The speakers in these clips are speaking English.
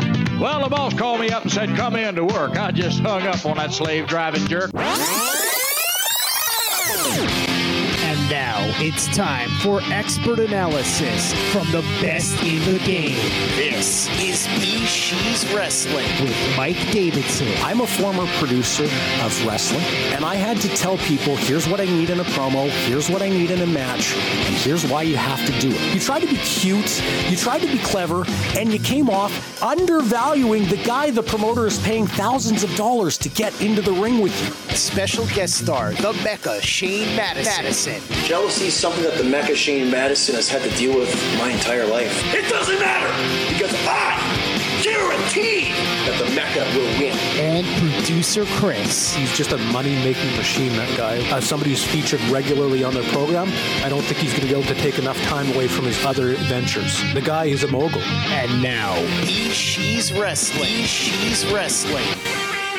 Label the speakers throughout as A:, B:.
A: the boss called me up and said, come in to work. I just hung up on that slave driving jerk.
B: And now it's time for expert analysis from the best in the game. This is B She's Wrestling with Mike Davidson.
C: I'm a former producer of wrestling, and I had to tell people here's what I need in a promo, here's what I need in a match, and here's why you have to do it. You tried to be cute, you tried to be clever, and you came off undervaluing the guy the promoter is paying thousands of dollars to get into the ring with you.
B: Special guest star, the Mecca Shane Madison.
D: Jealousy is something that the Mecca Shane Madison has had to deal with my entire life. It doesn't matter because I guarantee that the Mecca will win.
B: and producer Chris.
C: He's just a money making machine, that guy. As somebody who's featured regularly on their program, I don't think he's going to be able to take enough time away from his other ventures. The guy is a mogul.
B: And now, E She's Wrestling. E She's Wrestling.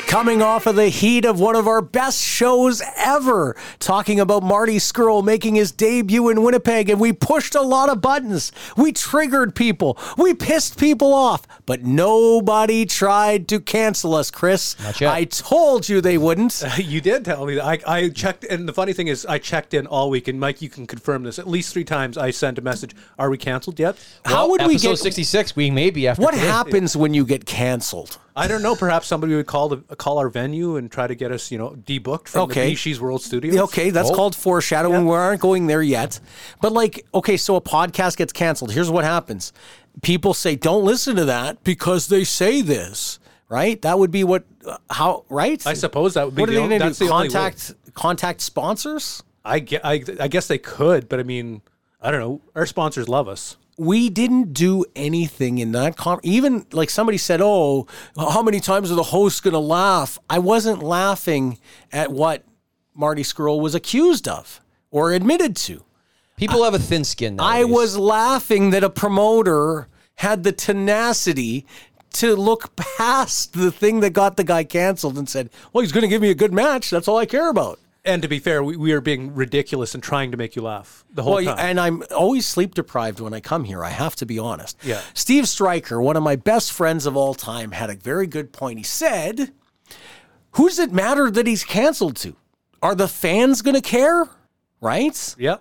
C: Coming off of the heat of one of our best shows ever, talking about Marty Skrull making his debut in Winnipeg, and we pushed a lot of buttons. We triggered people. We pissed people off, but nobody tried to cancel us, Chris. Not
E: yet.
C: I told you they wouldn't.
F: You did tell me that. I, I checked, and the funny thing is, I checked in all week, and Mike, you can confirm this. At least three times I sent a message Are we canceled yet?
C: How would we
E: episode
C: get.
E: 66? We may be after
C: What
E: today.
C: happens when you get canceled?
F: I don't know. Perhaps somebody would call the, call our venue and try to get us, you know, debooked from
C: Okay.
F: the She's World Studios.
C: Okay,
F: Oh.
C: that's called foreshadowing. We aren't going there yet. But like, okay, so a podcast gets canceled. Here's what happens. People say, "Don't listen to that because they say this." Right? That would be what uh, how right?
F: I suppose that would be
C: What are
F: the
C: they
F: on-
C: going to
F: that's
C: do?
F: the only way.
C: Contact contact sponsors?
F: I, gue- I, I guess they could, but I mean, I don't know. Our sponsors love us.
C: we didn't do anything in that con- even like somebody said oh how many times are the hosts going to laugh i wasn't laughing at what marty Skrull was accused of or admitted to
E: People have a thin skin.
C: i
E: nowadays.
C: was laughing that a promoter had the tenacity to look past the thing that got the guy canceled and said well he's going to give me a good match that's all i care about
F: And to be fair, we, we are being ridiculous and trying to make you laugh the whole
C: Well,
F: time.
C: and I'm always sleep deprived when I come here. I have to be honest.
F: Yeah.
C: Steve Stryker, one of my best friends of all time, had a very good point. He said, "Who does it matter that he's canceled to? Are the fans going to care? Right?
F: yeah.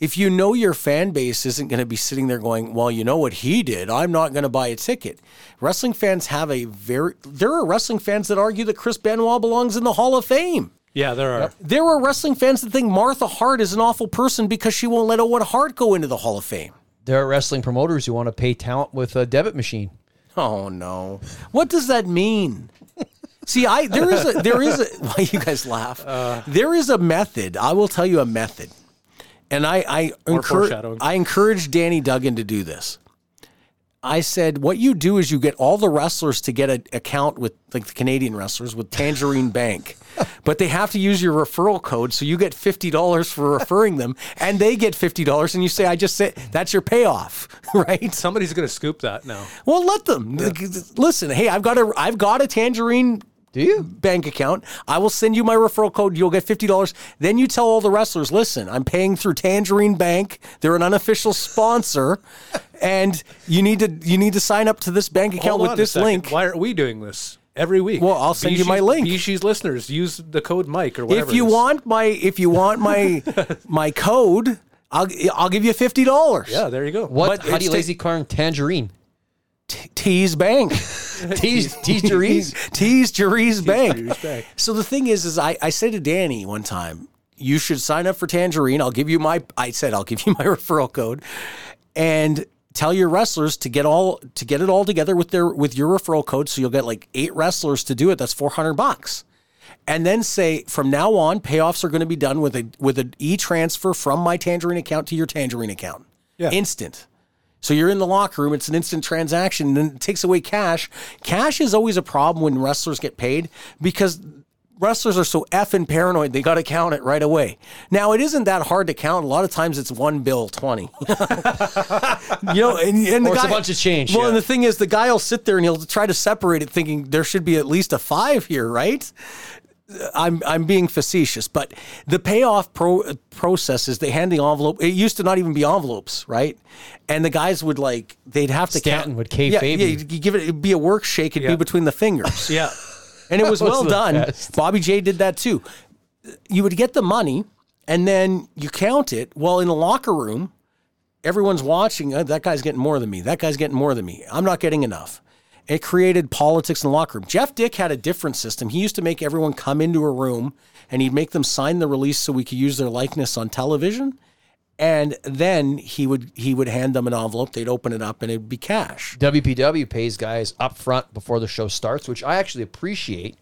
C: If you know your fan base isn't going to be sitting there going, "Well, you know what he did. I'm not going to buy a ticket." Wrestling fans have a very. There are wrestling fans that argue that Chris Benoit belongs in the Hall of Fame.
F: Yeah, there are.
C: There are wrestling fans that think Martha Hart is an awful person because she won't let Owen Hart go into the Hall of Fame.
E: There are wrestling promoters who want to pay talent with a debit machine.
C: Oh no. What does that mean? See, I there is a there is a why you guys laugh. there is a method. I will tell you a method. And I I, encour-
F: foreshadowing.
C: I encourage Danny Duggan to do this. I said, what you do is you get all the wrestlers to get an account with like the Canadian wrestlers with Tangerine Bank, but they have to use your referral code. So you get fifty dollars for referring them, and they get fifty dollars. And you say, I just said that's your payoff, right?
F: Somebody's going to scoop that now.
C: Well, let them listen. Hey, I've got a I've got a tangerine.
E: Do you?
C: Bank account. I will send you my referral code. You'll get fifty dollars. Then you tell all the wrestlers, listen, I'm paying through Tangerine Bank. They're an unofficial sponsor, and you need to you need to sign up to this bank account
F: Hold
C: with
F: on a
C: this
F: second.
C: link.
F: Why aren't we doing this every week?
C: Well, I'll send you my link.
F: Bishi's listeners, use the code Mike or whatever.
C: If you
F: it is.
C: want my if you want my my code, I'll I'll give you fifty dollars.
F: Yeah, there you go.
E: What?
C: But
E: How
C: it's
E: do you
C: ta-
E: lazy carn tangerine?
C: Tease Bank.
E: Tease, tease Jerry's?
C: Tease Jerry's Bank.
F: Jerry's Bank.
C: So the thing is, is I, I said to Danny one time, you should sign up for Tangerine. I'll give you my, I said, I'll give you my referral code and tell your wrestlers to get all, to get it all together with their, with your referral code. So you'll get like eight wrestlers to do it. That's 400 bucks. And then say from now on, payoffs are going to be done with a, with an e transfer from my Tangerine account to your Tangerine account.
F: Yeah.
C: Instant. So you're in the locker room, it's an instant transaction, and then it takes away cash. Cash is always a problem when wrestlers get paid because wrestlers are so effing paranoid they gotta count it right away. Now it isn't that hard to count. A lot of times it's one bill twenty. you know, and, and the
E: Or it's a
C: guy-
E: bunch of change,
C: Well,
E: yeah.
C: and the thing is the guy'll sit there and he'll try to separate it thinking there should be at least a five here, right? I'm I'm being facetious, but the payoff pro, process is they hand the envelope. It used to not even be envelopes, right? And the guys would like they'd have to
E: Stanton
C: count-
E: would kayfabe
C: Yeah, yeah,
E: you.
C: you give it. It'd be a work shake. It'd
F: Yeah.
C: be between the fingers.
F: Yeah.
C: and it was,
E: was
C: well
E: the
C: done.
E: best.
C: Bobby J did that too. You would get the money, and then you count it. Well, in the locker room, everyone's watching. "Oh, that guy's getting more than me. That guy's getting more than me. I'm not getting enough. It created politics in the locker room. Jeff Dick had a different system. He used to make everyone come into a room, and he'd make them sign the release so we could use their likeness on television. And then he would he would hand them an envelope. They'd open it up, and it'd be cash.
E: WPW pays guys up front before the show starts, which I actually appreciate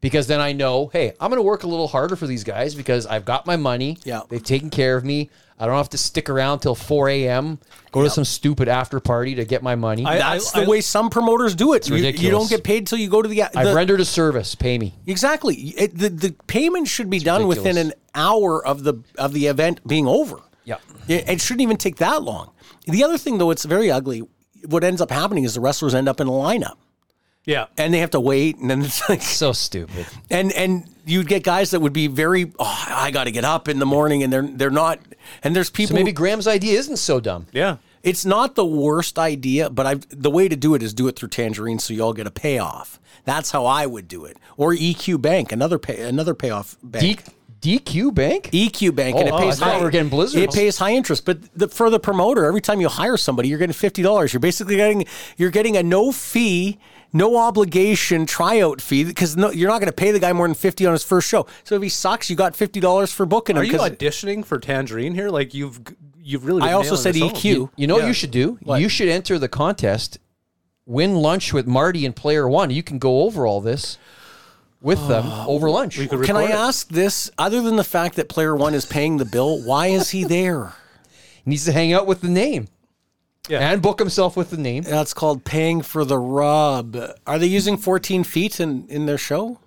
E: because then I know, hey, I'm going to work a little harder for these guys because I've got my money.
C: Yeah.
E: They've taken care of me. I don't have to stick around till 4 a.m., go to some stupid after party to get my money. I,
C: That's the way some promoters do it. You, you
E: ridiculous.
C: don't get paid till you go to the. the
E: have rendered a service. Pay me.
C: Exactly. It, the the payment should be done
E: ridiculous.
C: within an hour of the of the event being over.
E: Yeah.
C: It, it shouldn't even take that long. The other thing though, it's very ugly. What ends up happening is the wrestlers end up in a lineup
F: Yeah.
C: and they have to wait and then it's like
E: So stupid.
C: and and you'd get guys that would be very oh, I got to get up in the morning and they're they're not and there's people
E: So maybe Graham's idea isn't so dumb.
F: Yeah.
C: it's not the worst idea, but I've, the way to do it is do it through Tangerine, so you all get a payoff. That's how I would do it, or EQ Bank, another pay, another payoff
E: D-
C: bank. E
E: DQ Bank?
C: EQ Bank, and it
E: Oh,
C: pays
E: I thought
C: high.
E: we were getting Blizzard.
C: It pays high interest, but the, for the promoter, every time you hire somebody, you're getting fifty dollars. You're basically getting you're getting a no fee, no obligation tryout fee because no, you're not going to pay the guy more than fifty on his first show. So if he sucks, you got fifty dollars for booking him.
F: Are you
C: 'cause-
F: auditioning for Tangerine here? Like you've you've really. been
C: I also
F: nailing
C: said E
F: this home.
C: EQ.
E: You know what you should do? You should enter the contest, win lunch with Marty and Player One. You can go over all this with them over lunch.
F: You Uh, could
C: Can I
F: record it.
C: ask this? Other than the fact that player one is paying the bill, why is he there?
E: He needs to hang out with the name.
F: Yeah.
E: And book himself with the name.
C: That's called paying for the rub. Are they using 14 feet in, in their show?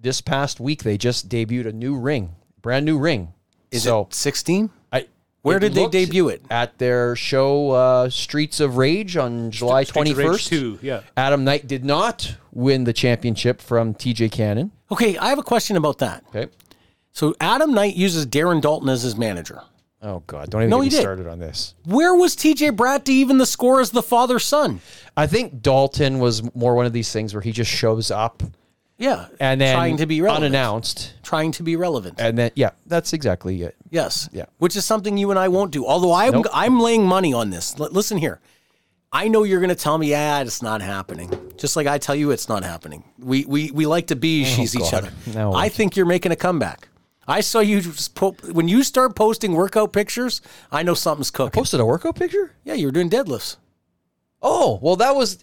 E: This past week, they just debuted a new ring, brand new ring.
C: Is
E: so
C: it 16?
E: I,
C: Where did they
E: looked
C: debut it?
E: At their show, uh, Streets of Rage, on July
F: Streets
E: twenty
F: of Rage
E: first.
F: 2, yeah.
E: Adam Knight did not win the championship from T.J. Cannon.
C: Okay, I have a question about that.
E: Okay.
C: So Adam Knight uses Darren Dalton as his manager.
E: Oh God! Don't even
C: No,
E: get
C: he
E: me
C: did.
E: started on this.
C: Where was TJ Bratt to even the score as the father son?
E: I think Dalton was more one of these things where he just shows up
C: Yeah.
E: and then
C: trying to be relevant.
E: unannounced,
C: Trying to be relevant.
E: and then yeah, that's exactly it.
C: Yes.
E: Yeah.
C: Which is something you and I won't do. Although I'm
E: Nope.
C: I'm laying money on this. L- listen here. I know you're going to tell me, yeah, it's not happening. Just like I tell you, it's not happening. We we we like to be she's each
E: Oh, God.
C: other.
E: No.
C: I think you're making a comeback. I saw you just po- when you start posting workout pictures. I know something's cooking.
E: Posted a workout picture.
C: yeah, you were doing deadlifts.
E: Oh well, that was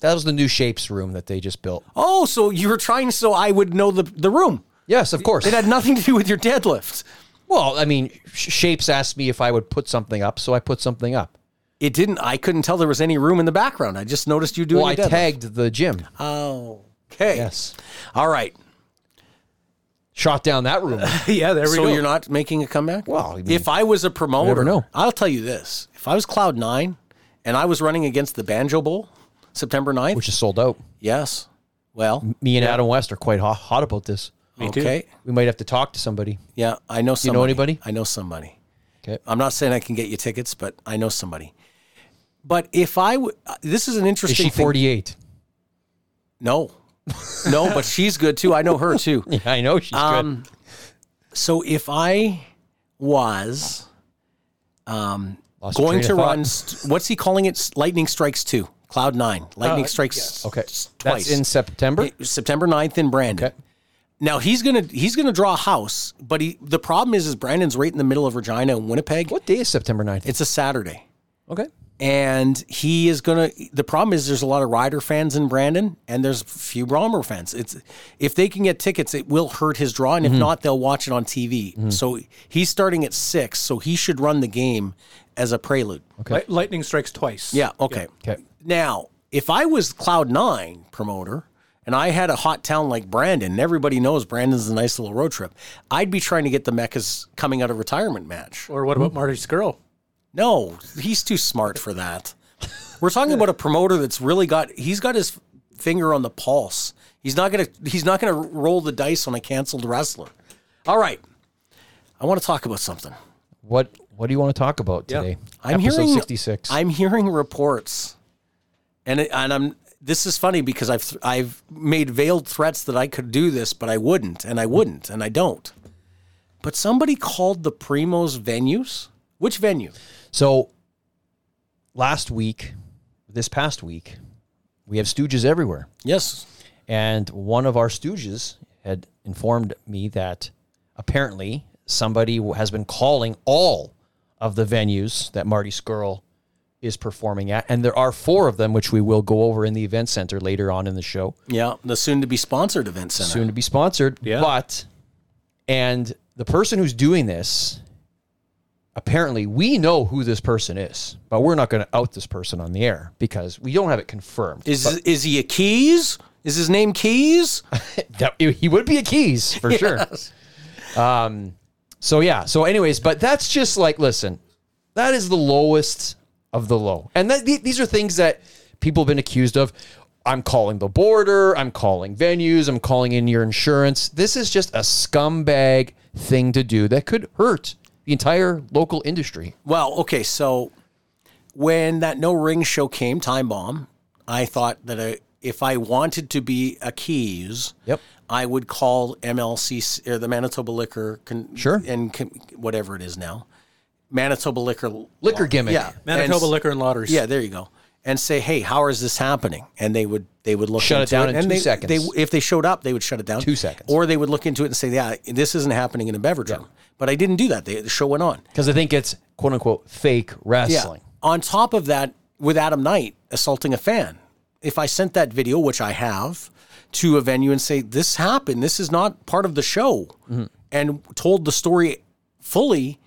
E: that was the new shapes room that they just built.
C: Oh, so you were trying so I would know the the room.
E: Yes, of course.
C: It had nothing to do with your deadlifts.
E: well, I mean, Sh- shapes asked me if I would put something up, so I put something up.
C: It didn't. I couldn't tell there was any room in the background. I just noticed you doing.
E: Well, I
C: your deadlifts.
E: tagged the gym.
C: Oh, okay.
E: Yes,
C: All right.
E: shot down that room.
F: Yeah, there we
C: so
F: go.
C: you're not making a comeback?
E: Well, I mean,
C: if I was a promoter,
E: never know.
C: I'll tell you this. If I was Cloud Nine and I was running against the Banjo Bowl September 9th,
E: Which is sold out.
C: yes. Well,
E: Me and Adam West are quite hot, hot about this.
F: Me too.
C: okay.
E: We might have to talk to somebody.
C: Yeah, I know somebody.
E: know anybody?
C: I know somebody.
E: Okay.
C: I'm not saying I can get you tickets, but I know somebody. But if I would, this is an
E: Is
C: interesting
E: she
C: thing.
E: 48?
C: No, no, but she's good too. I know her too.
E: Yeah, I know she's
C: Um, So if I was
E: good.
C: going
E: Lost your
C: to
E: train of thought.
C: run, st- what's he calling it? S- Lightning Strikes 2. Cloud 9. Lightning Strikes
E: Uh, Okay,
C: s- twice. Eh,
E: that's in September.
C: September 9th in Brandon.
E: Okay.
C: Now he's gonna he's gonna draw a house, but he the problem is is Brandon's right in the middle of Regina and Winnipeg.
E: What day is September 9th?
C: It's a Saturday.
E: okay.
C: And he is gonna the problem is there's a lot of Ryder fans in Brandon and there's few Brommer fans. It's if they can get tickets, it will hurt his draw, and if not, they'll watch it on TV. So he's starting at six, so he should run the game as a prelude.
F: Li- lightning strikes twice.
C: Yeah. Okay.
E: Okay.
C: Now, if I was Cloud Nine promoter and I had a hot town like Brandon, and everybody knows Brandon's a nice little road trip, I'd be trying to get the Mecca's coming out of retirement match.
F: Or what about Marty Skrull?
C: No, he's too smart for that. We're talking about a promoter that's really got he's got his finger on the pulse. He's not gonna he's not gonna roll the dice on a canceled wrestler. All right, I want to talk about something.
E: What What do you want to talk about
F: Yeah.
E: today?
C: I'm
E: Episode
C: hearing
E: 66.
C: I'm hearing reports, and it, and I'm this is funny because I've th- I've made veiled threats that I could do this, but I wouldn't, and I wouldn't, and I don't. But somebody called the Primos venues. Which venue?
E: so last week, this past week, we have Stooges everywhere.
C: Yes,
E: And one of our stooges had informed me that apparently somebody has been calling all of the venues that Marty Skrull is performing at. And there are four of them, which we will go over in the event center later on in the show,
C: yeah, the soon to be sponsored event center.
E: soon to be sponsored.
F: Yeah.
E: But, and the person who's doing this, apparently we know who this person is, but we're not going to out this person on the air because we don't have it confirmed.
C: Is is he a Keys? Is his name Keys?
E: That, he would be a keys for sure. Um, so yeah. So anyways, but that's just like listen, that is the lowest of the low, and that, th- these are things that people have been accused of. I'm calling the border. I'm calling venues. I'm calling in your insurance. This is just a scumbag thing to do that could hurt the entire local industry.
C: Well, okay, so when that no ring show came, Time Bomb, I thought that I, if I wanted to be a Keys,
E: Yep.
C: I would call MLC or the Manitoba Liquor, con-
E: Sure.
C: and con- whatever it is now, Manitoba Liquor
E: Liquor gimmick.
C: yeah,
F: Manitoba
C: and-
F: Liquor and Lotteries.
C: yeah, there you go, and say, hey, how is this happening? And they would they would look
E: Shut it
C: into
E: down in
C: and
E: two
C: they,
E: seconds.
C: They, if they showed up, they would shut it down
E: Two seconds.
C: or they would look into it and say, yeah, this isn't happening in a beverage room. But I didn't do that. They, the show went on.
E: because I think it's quote unquote fake wrestling.
C: On top of that, with Adam Knight assaulting a fan, if I sent that video, which I have, to a venue and say, this happened, this is not part of the show,
E: Mm-hmm.
C: and told the story fully,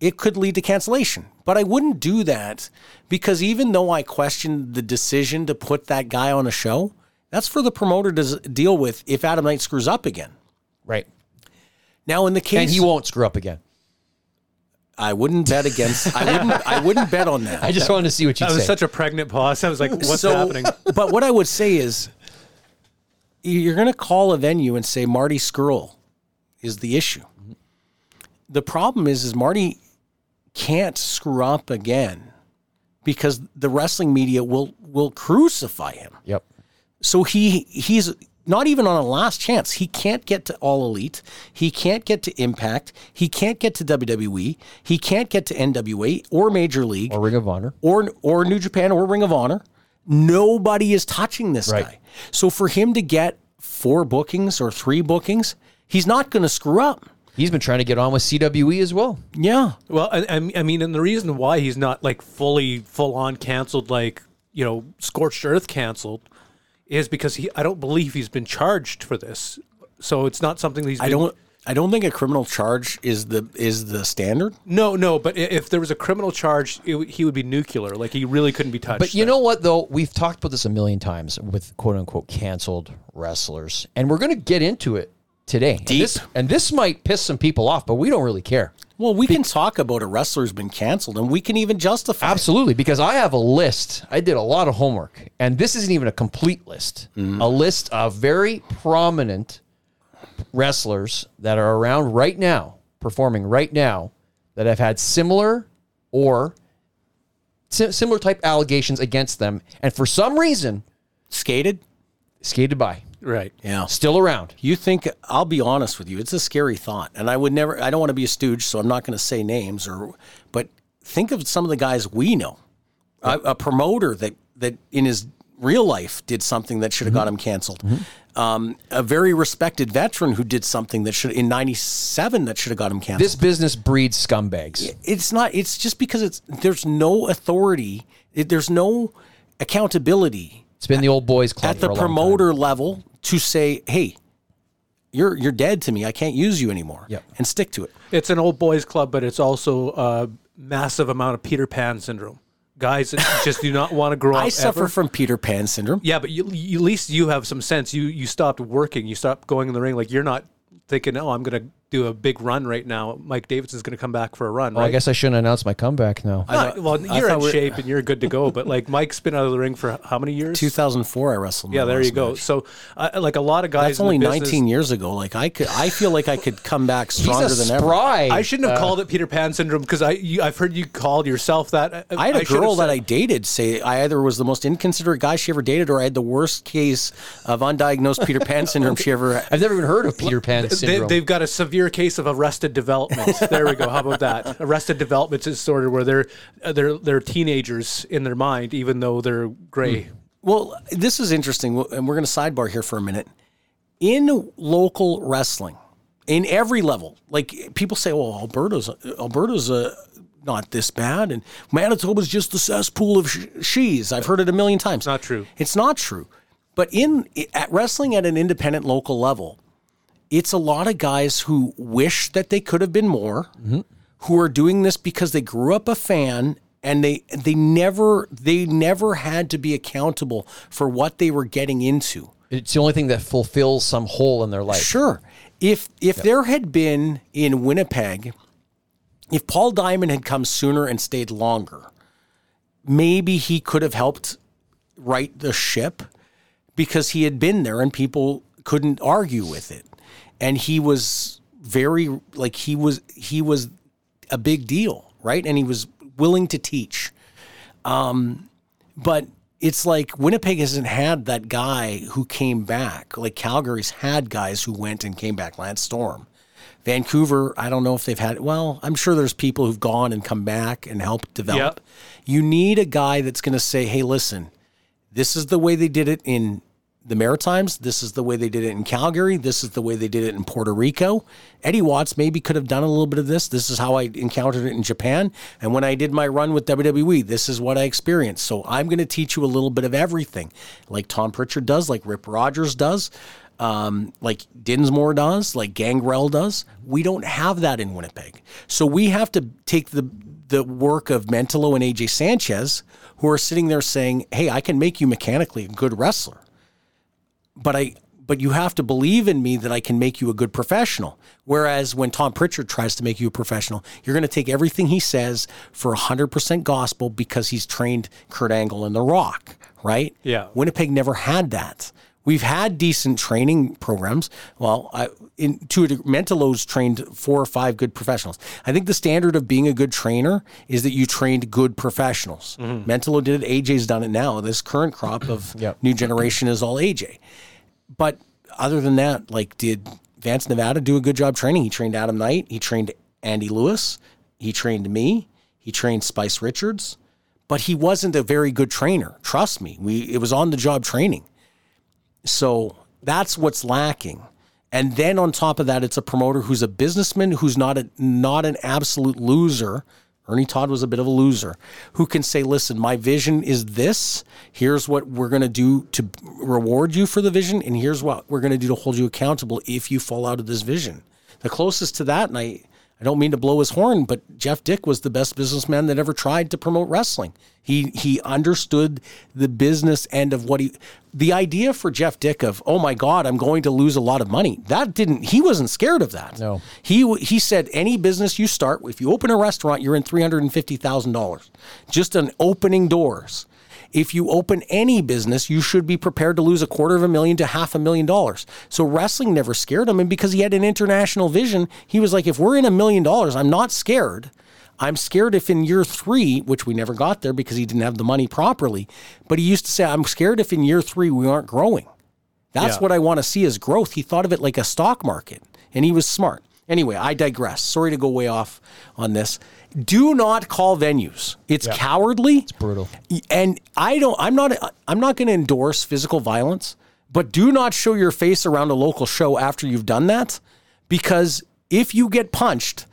C: it could lead to cancellation. But I wouldn't do that because even though I questioned the decision to put that guy on a show, that's for the promoter to s- deal with if Adam Knight screws up again.
E: Right.
C: Now, in the case,
E: And he won't screw up again.
C: I wouldn't bet against. I wouldn't. I wouldn't bet on that.
E: I just wanted to see what you
F: That was
E: say.
F: such a pregnant pause. I was like, what's
C: So-
F: happening?
C: but what I would say is, you're going to call a venue and say Marty Skrull is the issue. The problem is, is Marty can't screw up again because the wrestling media will will crucify him.
E: yep.
C: So he he's not even on a last chance. He can't get to All Elite. He can't get to Impact. He can't get to WWE. He can't get to NWA or Major League
E: Or Ring of Honor.
C: or or New Japan or Ring of Honor. Nobody is touching this
E: Right.
C: guy. So for him to get four bookings or three bookings, he's not going to screw up.
E: He's been trying to get on with CWE as well.
C: Yeah.
F: Well, I, I I mean, and the reason why he's not like fully, full on canceled, like you know, scorched earth canceled, is because he. I don't believe he's been charged for this, so it's not something that he's.
C: I
F: been-
C: don't I don't think a criminal charge is the is the standard.
F: No, no, but i- if there was a criminal charge, it, would- he would be nuclear. Like he really couldn't be touched.
E: But you know what, though? We've talked about this a million times with quote unquote canceled wrestlers, and we're going to get into it today. Deep. And this, and this might piss some people off, but we don't really care.
C: Well, we can talk about a wrestler's been canceled and we can even justify it.
E: Absolutely, because I have a list. I did a lot of homework, and this isn't even a complete list.
C: Mm-hmm.
E: A list of very prominent wrestlers that are around right now, performing right now, that have had similar or si- similar type allegations against them, and for some reason,
C: skated.
E: skated by,
F: right?
C: Yeah.
E: still around.
C: You think I'll be honest with you, it's a scary thought. And I would never I don't want to be a stooge, so I'm not going to say names or but think of some of the guys we know. A, a promoter that that in his real life did something that should have got him canceled. Um, a very respected veteran who did something that should in 97 that should have got him canceled
E: This business breeds scumbags.
C: it's not it's just because it's there's no authority it, there's no accountability
E: It's been the old boys club
C: at the
E: for a long time.
C: promoter level to say hey you're you're dead to me i can't use you anymore
E: Yep.
C: and stick to it
F: It's an old boys club, but it's also a massive amount of Peter Pan syndrome. Guys that just do not want to grow up.
C: i suffer
F: ever.
C: from peter pan syndrome
F: Yeah, but you, you, at least you have some sense. You you stopped working. You stopped going in the ring. Like you're not thinking, oh, I'm gonna do a big run right now. Mike Davidson's going to come back for a run.
E: Well,
F: right?
E: I guess I shouldn't announce my comeback now.
F: Not-
C: thought-
F: well,
C: I
F: you're
C: thought
F: in
C: we're-
F: shape and you're good to go. But like Mike's been out of the ring for how many years?
C: 2004, I wrestled. my
F: yeah, there you
C: last
F: go.
C: match.
F: So uh, like a lot of
C: That's
F: guys. in the
C: only
F: business-
C: 19 years ago. Like I could, I feel like I could come back stronger
E: He's a
C: than ever.
E: spry.
F: I shouldn't
C: Uh,
F: have called it Peter Pan syndrome because I you, I've heard you called yourself that.
C: I had a
F: a
C: girl that I dated say I either was the most inconsiderate guy she ever dated, or I had the worst case of undiagnosed Peter Pan syndrome she ever.
E: I've never even heard of Peter Pan
F: They,
E: syndrome.
F: they've got a severe case of arrested development. there we go. How about that? Arrested development is sort of where they're uh, they're they're teenagers in their mind, even though they're gray.
E: Hmm.
C: Well, this is interesting, and we're going to sidebar here for a minute. In local wrestling, in every level, like people say, "Well, Alberta's Alberta's uh, not this bad," and Manitoba's just the cesspool of sh- she's. I've heard it a million times.
F: Not true.
C: It's not true. But in at wrestling at an independent local level, it's a lot of guys who wish that they could have been more,
F: Mm-hmm.
C: who are doing this because they grew up a fan and they they never they never had to be accountable for what they were getting into.
E: it's the only thing that fulfills some hole in their life.
C: Sure. If if there had been in Winnipeg, if Paul Diamond had come sooner and stayed longer, maybe he could have helped right the ship because he had been there and people couldn't argue with it. And he was very like he was he was a big deal, right? And he was willing to teach. Um but it's like Winnipeg hasn't had that guy who came back. Like Calgary's had guys who went and came back, Lance Storm. Vancouver, I don't know if they've had well, I'm sure there's people who've gone and come back and helped develop.
F: Yep.
C: You need a guy that's going to say, "Hey, listen, this is the way they did it in the Maritimes. This is the way they did it in Calgary. This is the way they did it in Puerto Rico. Eddie Watts maybe could have done a little bit of this. This is how I encountered it in Japan. And when I did my run with WWE, this is what I experienced. So I'm going to teach you a little bit of everything, like Tom Pritchard does, like Rip Rogers does, um, like Dinsmore does, like Gangrel does. We don't have that in Winnipeg. So we have to take the the work of Mentolo and AJ Sanchez, who are sitting there saying, "Hey, I can make you mechanically a good wrestler, but I." But you have to believe in me that I can make you a good professional. Whereas when Tom Pritchard tries to make you a professional, you're going to take everything he says for 100% gospel because he's trained Kurt Angle and The Rock, right?
F: Yeah.
C: Winnipeg never had that. We've had decent training programs. Well, I, in, to a deg- Mentelo's trained four or five good professionals. I think the standard of being a good trainer is that you trained good professionals. Mentelo did it. AJ's done it now. This current crop of
E: Yep.
C: new generation is all AJ. But other than that, like, did Vance Nevada do a good job training? He trained Adam Knight. He trained Andy Lewis. He trained me. He trained Spice Richards. But he wasn't a very good trainer. Trust me. We it was on the job training. So that's what's lacking. And then on top of that, it's a promoter who's a businessman who's not a not an absolute loser. Ernie Todd was a bit of a loser who can say, "Listen, my vision is this. Here's what we're going to do to reward you for the vision, and here's what we're going to do to hold you accountable if you fall out of this vision." The closest to that, and I I don't mean to blow his horn, but Jeff Dick was the best businessman that ever tried to promote wrestling. He he understood the business end of what he the idea for Jeff Dick of, "Oh my god, I'm going to lose a lot of money." That didn't he wasn't scared of that.
E: No.
C: He w- he said any business you start, if you open a restaurant, you're in $350,000 just on opening doors. If you open any business, you should be prepared to lose a quarter of a million to half a million dollars. So wrestling never scared him. And because he had an international vision, he was like, if we're in a million dollars, I'm not scared. I'm scared if in year three, which we never got there because he didn't have the money properly, but he used to say, I'm scared if in year three we aren't growing. That's
F: Yeah.
C: what I want to see is growth. He thought of it like a stock market, and he was smart. Anyway, I digress. Sorry to go way off on this. Do not call venues. It's cowardly. It's
E: brutal.
C: And I don't. I'm not. I'm not going to endorse physical violence. But do not show your face around a local show after you've done that, because if you get punched,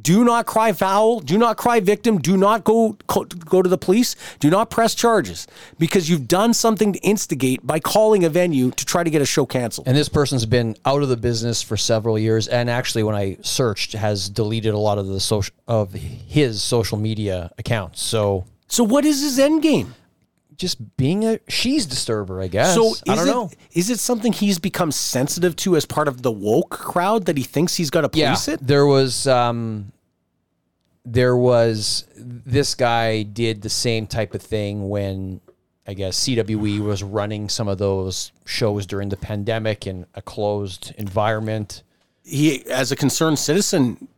C: do not cry foul. Do not cry victim. Do not go co- go to the police. Do not press charges because you've done something to instigate by calling a venue to try to get a show canceled.
E: And this person's been out of the business for several years, and actually, when I searched, has deleted a lot of the social of his social media accounts. So
C: So what is his end game?
E: just being a she's disturber, I guess.
C: So is
E: I don't
C: it,
E: know.
C: is it something he's become sensitive to as part of the woke crowd that he thinks he's got to
E: Yeah,
C: police it?
E: there was um, there was this guy did the same type of thing when I guess CWE was running some of those shows during the pandemic in a closed environment.
C: He, as a concerned citizen,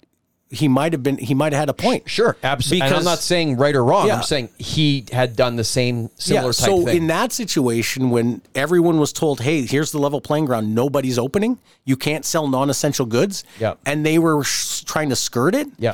C: he might have been. He might have had a point.
E: Sure, absolutely. And I'm
C: Because-
E: not saying right or wrong.
C: Yeah.
E: I'm saying he had done the same similar
C: yeah.
E: type
C: So
E: thing.
C: in that situation, when everyone was told, "Hey, here's the level playing ground. Nobody's opening. You can't sell non-essential goods,"
E: Yeah.
C: and they were sh- trying to skirt it.
E: yeah.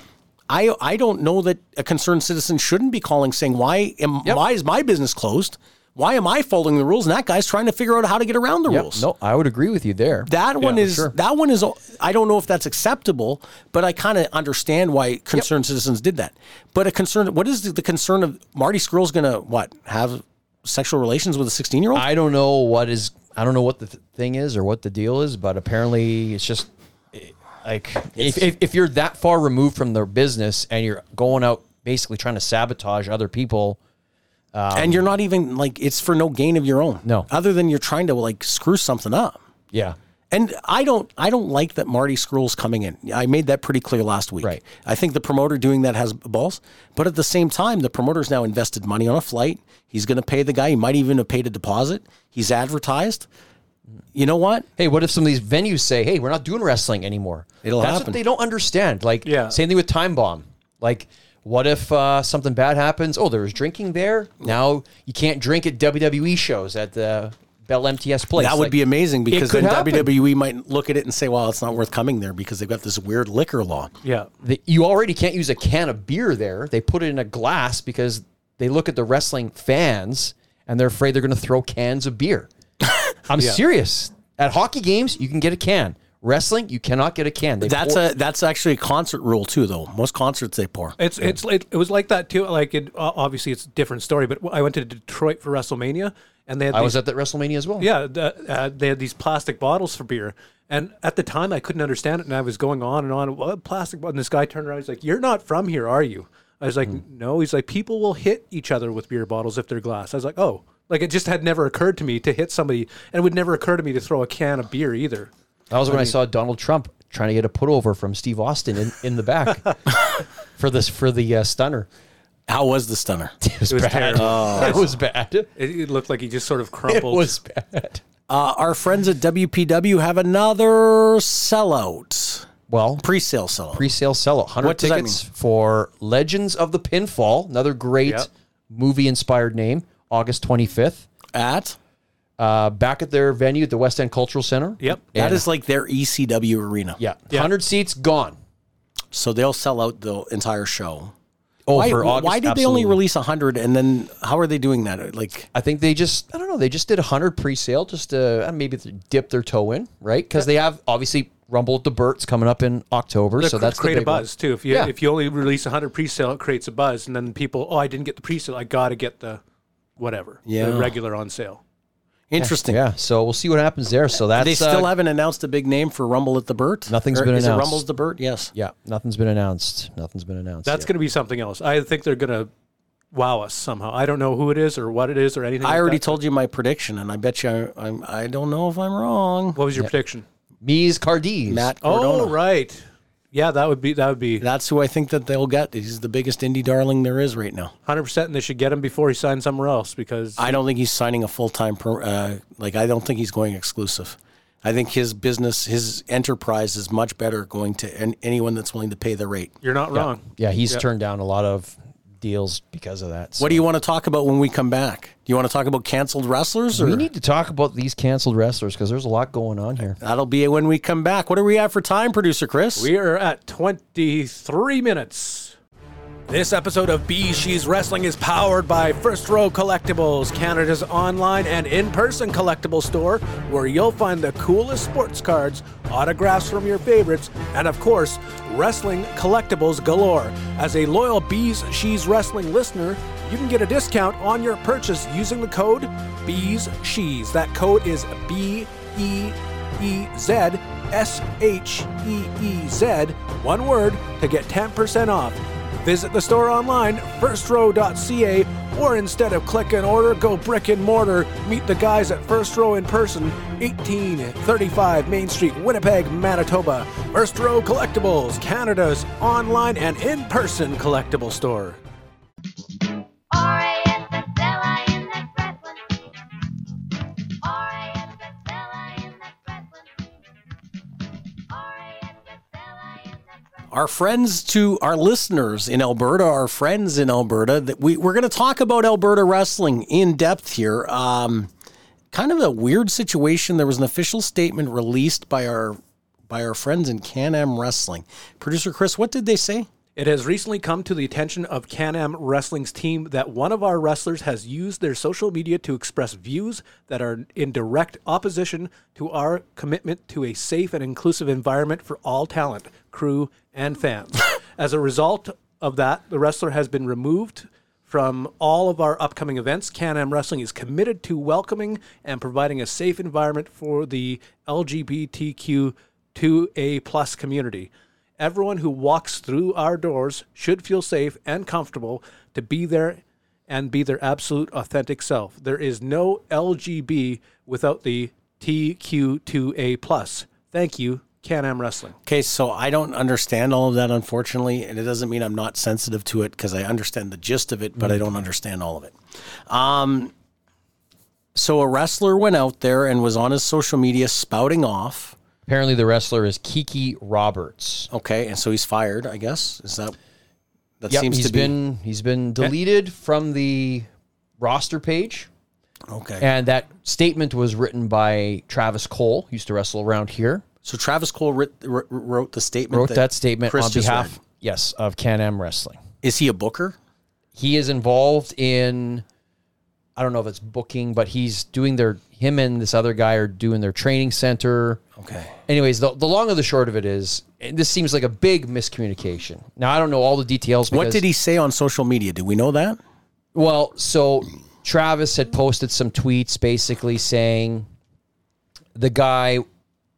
C: I I don't know that a concerned citizen shouldn't be calling saying why am
E: Yep.
C: why is my business closed? Why am I following the rules? And that guy's trying to figure out how to get around the
E: Yep.
C: rules.
E: No, I would agree with you there.
C: That one
E: for
C: is
E: sure.
C: that one is I don't know if that's acceptable, but I kind of understand why concerned citizens did that. But a concern what is the, the concern of Marty Skrull's going to what have sexual relations with a 16-year-old?
E: I don't know what is. I don't know what the th- thing is or what the deal is, but apparently it's just eh, like if, if, if you're that far removed from their business and you're going out basically trying to sabotage other people,
C: and you're not even like it's for no gain of your own.
E: No.
C: Other than you're trying to like screw something up.
E: yeah,
C: And I don't I don't like that Marty Skrull's coming in. I made that pretty clear last week.
E: Right.
C: I think the promoter doing that has balls. But at the same time, the promoter's now invested money on a flight. He's gonna pay the guy. He might even have paid a deposit. He's advertised. You know what?
E: Hey, what if some of these venues say, "Hey, we're not doing wrestling anymore"?
C: It'll
E: That's
C: happen.
E: what they don't understand. Like,
F: Yeah.
E: same thing with Time Bomb. Like, what if uh, something bad happens? Oh, there was drinking there. Now you can't drink at WWE shows at the Bell MTS place.
C: That would
E: Like,
C: be amazing because
E: could
C: then
E: happen.
C: WWE might look at it and say, Well, it's not worth coming there because they've got this weird liquor law.
F: Yeah.
E: the, you already can't use a can of beer there. They put it in a glass because they look at the wrestling fans and they're afraid they're going to throw cans of beer. I'm serious. At hockey games, you can get a can. Wrestling, you cannot get a can. They
C: That's
E: pour-
C: a that's actually a concert rule too though. Most concerts they pour.
F: It's it's it, it was like that too. Like it, o- obviously it's a different story, but I went to Detroit for WrestleMania, and they had
E: I
F: these-
E: was at that WrestleMania as well.
F: yeah the, uh, they had these plastic bottles for beer, and at the time I couldn't understand it, and I was going on and on. What plastic bottle? And this guy turned around, he's like, "You're not from here, are you?" I was like,
E: Hmm.
F: "No." He's like, "People will hit each other with beer bottles if they're glass." I was like, "Oh." Like it just had never occurred to me to hit somebody, and it would never occur to me to throw a can of beer either.
E: That was when I, saw Donald Trump trying to get a put over from Steve Austin in, in the back for this for the uh, stunner.
C: How was the stunner?
E: It was, bad. it was bad. It
F: It, it looked like he just sort of crumpled.
E: was bad.
C: Uh, our friends at WPW have another sellout.
E: Well,
C: Pre-sale sellout.
E: pre-sale sellout. Hundred
C: What does that
E: tickets for Legends of the Pinfall, another great
F: Yep.
E: movie-inspired name. August twenty fifth,
C: at
E: uh, back at their venue, at the West End Cultural Center.
F: Yep.
C: That is like their ECW arena.
E: Yeah, hundred seats gone.
C: So they'll sell out the entire show.
E: Oh,
C: Why,
E: for August,
C: why did they only
E: absolutely.
C: release 100 and then how are they doing that? Like
E: I think they just I don't know they just did hundred pre-sale just to uh, maybe to dip their toe in right because they have obviously Rumble at the Burt's coming up in October so that's
F: create
E: the
F: a
E: big
F: buzz too. If you
E: Yeah.
F: if you only release 100 pre-sale, it creates a buzz, and then people, oh, I didn't get the pre-sale, I gotta get the whatever,
C: Yeah.
F: the regular on sale.
C: interesting.
E: One. Yeah, so we'll see what happens there. So that's
C: They still
E: uh,
C: haven't announced a big name for Rumble at the Burt.
E: Nothing's
C: Or
E: been
C: is
E: announced.
C: it Rumble's the Burt? Yes.
E: yeah nothing's been announced. Nothing's been announced.
F: That's
E: yet.
F: gonna be something else. I think they're gonna wow us somehow. I don't know who it is or what it is or anything.
C: I
F: like
C: already
F: that.
C: told you my prediction and I bet you I, I'm I don't know if I'm wrong.
F: What was your prediction?
E: Mies Cardiz.
C: Matt Cardona.
F: Oh, right. Yeah, that would be that would be
C: That's who I think that they'll get. He's the biggest indie darling there is right now.
F: 100, percent and they should get him before he signs somewhere else because
C: I don't think he's signing a full time. Per, uh, like I don't think he's going exclusive. I think his business, his enterprise, is much better going to an, anyone that's willing to pay the rate.
F: you're not wrong.
E: Yeah, he's turned down a lot of deals because of that. So
C: What do you want to talk about when we come back? Do you want to talk about canceled wrestlers, or
E: we need to talk about these canceled wrestlers because there's a lot going on here.
C: that'll be when we come back? What are we at for time, producer Chris?
F: We are at 23 minutes. This episode of B She's Wrestling is powered by First Row Collectibles, Canada's online and in person collectible store, where you'll find the coolest sports cards, autographs from your favorites, and of course, wrestling collectibles galore. As a loyal Bees She's Wrestling listener, you can get a discount on your purchase using the code Bees She's. That code is B E E Z S H E E Z, one word, to get 10% off. Visit the store online, firstrow.ca, or instead of click and order, go brick and mortar. Meet the guys at First Row in person, 1835 Main Street, Winnipeg, Manitoba. First Row Collectibles, Canada's online and in person collectible store.
C: Our friends to our listeners in Alberta, our friends in Alberta, that we, we're going to talk about Alberta wrestling in depth here. Um, kind of a weird situation. There was an official statement released by our by our friends in Can Am Wrestling. Producer Chris, what did they say?
F: It has recently come to the attention of Can Am Wrestling's team that one of our wrestlers has used their social media to express views that are in direct opposition to our commitment to a safe and inclusive environment for all talent, crew, and fans. As a result of that, the wrestler has been removed from all of our upcoming events. Can Am Wrestling is committed to welcoming and providing a safe environment for the LGBTQ2A plus community. Everyone who walks through our doors should feel safe and comfortable to be there and be their absolute authentic self. There is no LGB without the TQ2A plus. Thank you, Can Am Wrestling.
C: Okay, so I don't understand all of that, unfortunately, and it doesn't mean I'm not sensitive to it because I understand the gist of it, but I don't understand all of it. Um, so a wrestler went out there and was on his social media spouting off.
E: Apparently, the wrestler is Kiki Roberts.
C: Okay, and so he's fired. I guess is that that
E: Yep,
C: seems
E: he's
C: to be
E: been he's been deleted from the roster page,
C: okay.
E: and that statement was written by Travis Cole, who used to wrestle around here.
C: so Travis Cole writ, wr- wrote the statement.
E: Wrote that, statement
C: Chris
E: on
C: just
E: behalf,
C: read.
E: yes, of Can Am Wrestling.
C: Is he a booker?
E: he is involved in I don't know if it's booking, but he's doing their him and this other guy are doing their training center.
C: Okay.
E: Anyways, the, the long of the short of it is and this seems like a big miscommunication. Now I don't know all the details.
C: What
E: because-
C: did he say on social media? Do we know that?
E: Well, so Travis had posted some tweets basically saying the guy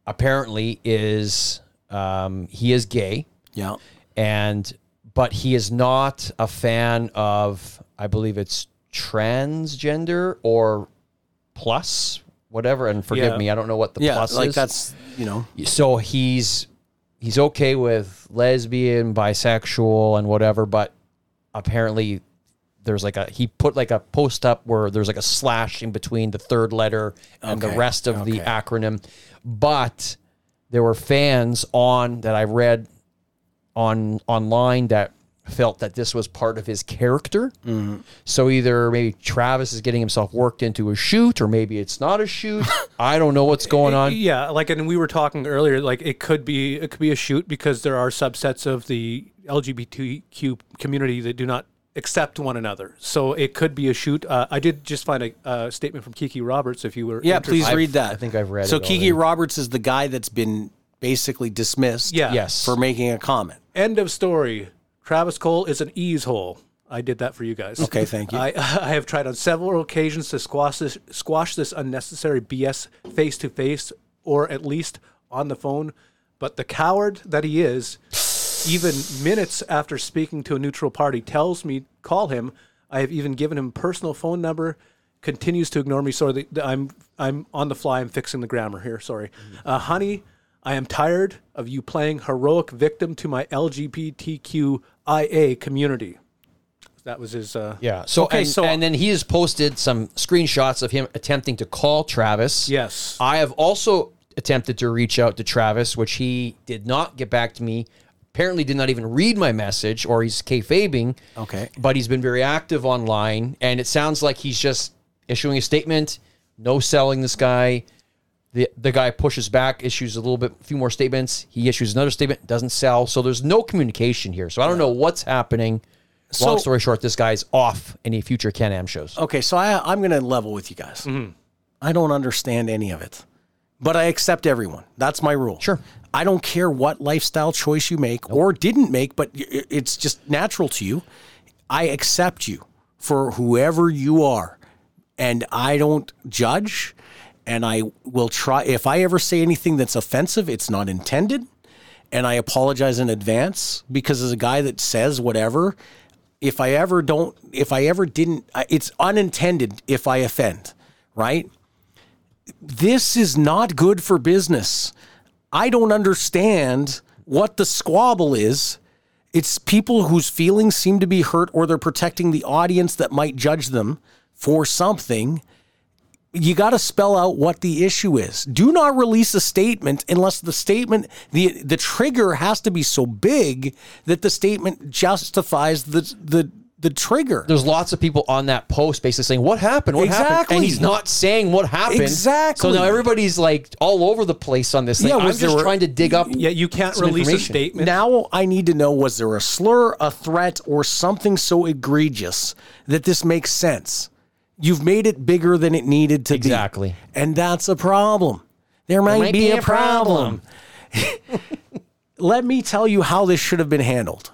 E: apparently is um, he is gay
C: Yeah.
E: and but he is not a fan of I believe it's transgender or plus whatever and forgive
F: Yeah.
E: me I don't know what the
C: Yeah,
E: plus
C: like
E: is
C: that's you know.
E: so he's he's okay with lesbian bisexual and whatever but apparently there's like a he put like a post up where there's like a slash in between the third letter and
C: Okay,
E: the rest of the
C: okay.
E: acronym but there were fans on that I read on online that felt that this was part of his character.
C: Mm-hmm.
E: So either maybe Travis is getting himself worked into a shoot or maybe it's not a shoot. I don't know what's going on.
F: Yeah, like and we were talking earlier, like it could be it could be a shoot because there are subsets of the LGBTQ community that do not accept one another. So it could be a shoot. Uh, I did just find a, a statement from Kiki Roberts. If you were
C: Yeah,
F: interested.
C: please
E: I've-
C: read that.
E: I think I've read
C: So
E: it
C: Kiki
E: already.
C: Roberts is the guy that's been basically dismissed
F: yeah,
E: Yes.
C: for making a comment.
F: End of story. Travis Cole is an ease hole. I did that for you guys.
C: Okay, thank you.
F: I, I have tried on several occasions to squash this, squash this unnecessary BS face to face, or at least on the phone. But the coward that he is, even minutes after speaking to a neutral party, tells me call him. I have even given him personal phone number. Continues to ignore me. Sorry, the, the- I'm I'm on the fly. I'm fixing the grammar here. Sorry, uh, honey. I am tired of you playing heroic victim to my LGBTQIA community. That was his. Uh,
E: Yeah. So
C: Okay,
E: and,
C: so-
E: and then he has posted some screenshots of him attempting to call Travis.
F: Yes.
E: I have also attempted to reach out to Travis, which he did not get back to me. Apparently, did not even read my message, or he's kayfabing.
C: Okay.
E: But he's been very active online, and it sounds like he's just issuing a statement. No selling this guy. The, the guy pushes back, issues a little bit, a few more statements. He issues another statement, doesn't sell. So there's no communication here. So I don't know what's happening.
C: So-
E: Long story short, this guy's off any future Can Am shows.
C: Okay, so I, I'm going to level with you guys. I don't understand any of it, but I accept everyone. That's my rule.
E: Sure.
C: I don't care what lifestyle choice you make or didn't make, but y- y- it's just natural to you. I accept you for whoever you are, and I don't judge. And I will try. If I ever say anything that's offensive, it's not intended. and I apologize in advance because as a guy that says whatever, if I ever don't, if I ever didn't, I- it's unintended if I offend, right? This is not good for business. I don't understand what the squabble is. It's people whose feelings seem to be hurt or they're protecting the audience that might judge them for something. You got to spell out what the issue is. Do not release a statement unless the statement the the trigger has to be so big that the statement justifies the the the trigger.
E: There's lots of people on that post basically saying, What happened? What happened?
C: Exactly.
E: And he's not saying what happened.
C: Exactly.
E: So now everybody's like all over the place on this thing.
C: Yeah,
E: I'm
C: was
E: just
C: there-
E: trying to dig up.
F: Yeah, you can't
E: Some
F: release a
E: information.
F: statement.
C: Now I need to know was there a slur, a threat, or something so egregious that this makes sense? You've made it bigger than it needed to be.
E: Exactly.
C: And that's a problem. There might,
E: might
C: be,
E: be
C: a,
E: a
C: problem.
E: problem.
C: Let me tell you how this should have been handled.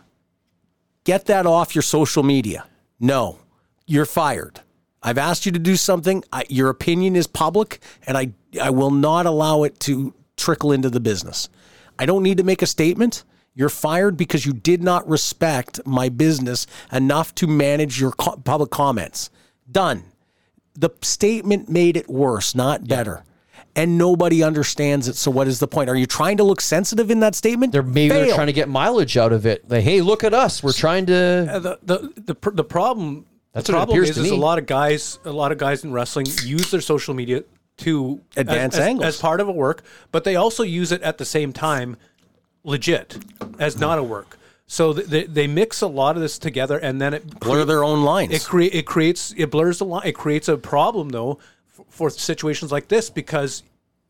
C: Get that off your social media. No, you're fired. I've asked you to do something. I, your opinion is public, and I, I will not allow it to trickle into the business. I don't need to make a statement. You're fired because you did not respect my business enough to manage your co- public comments. Done the statement made it worse, not better. And nobody understands it. So what is the point? Are you trying to look sensitive in that statement?
E: They're maybe they're trying to get mileage out of it. Like, hey, look at us. We're trying to.
F: Uh, the the the, pr- the problem
E: That's
F: the
E: what it
F: problem
E: appears
F: is,
E: to
F: is a
E: me.
F: lot of guys a lot of guys in wrestling use their social media to as-
C: Advance
F: as,
C: angles.
F: as part of a work, but they also use it at the same time legit as not a work. So th- they they mix a lot of this together, and then it
C: blur their own lines.
F: it crea- it creates it blurs the line. It creates a problem though for, for situations like this because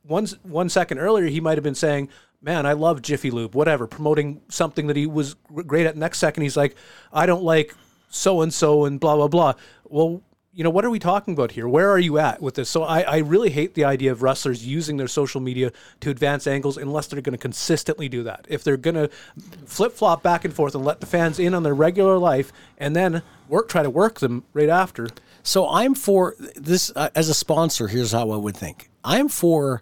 F: one s- one second earlier he might have been saying, "Man, I love Jiffy Lube," whatever, promoting something that he was gr- great at. Next second he's like, "I don't like so and so and blah blah blah." Well. You know what are we talking about here? Where are you at with this? So I, I really hate the idea of wrestlers using their social media to advance angles unless they're going to consistently do that. If they're going to flip flop back and forth and let the fans in on their regular life, and then work try to work them right after.
C: so I'm for this uh, as a sponsor. Here's how I would think. I'm for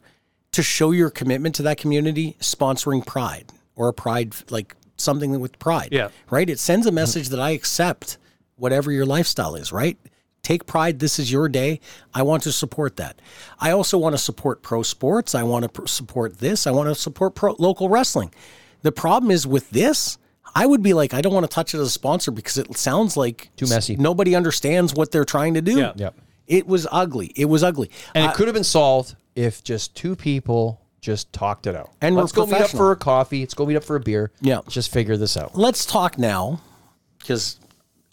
C: to show your commitment to that community, sponsoring Pride or a Pride like something with Pride.
F: Yeah.
C: Right. It sends a message that I accept whatever your lifestyle is. Right. Take pride. This is your day. I want to support that. I also want to support pro sports. I want to pr- support this. I want to support pro- local wrestling. The problem is with this, I would be like, I don't want to touch it as a sponsor because it sounds like
E: Too messy.
C: nobody understands what they're trying to do.
F: Yeah.
E: Yep.
C: It was ugly. It was ugly.
E: And it could have been solved if just two people just talked it out.
C: And we're
E: let's go meet up
C: professional.
E: for a coffee. Let's go meet up for a beer.
C: Yeah.
E: Let's just figure this out.
C: Uh, Let's talk now because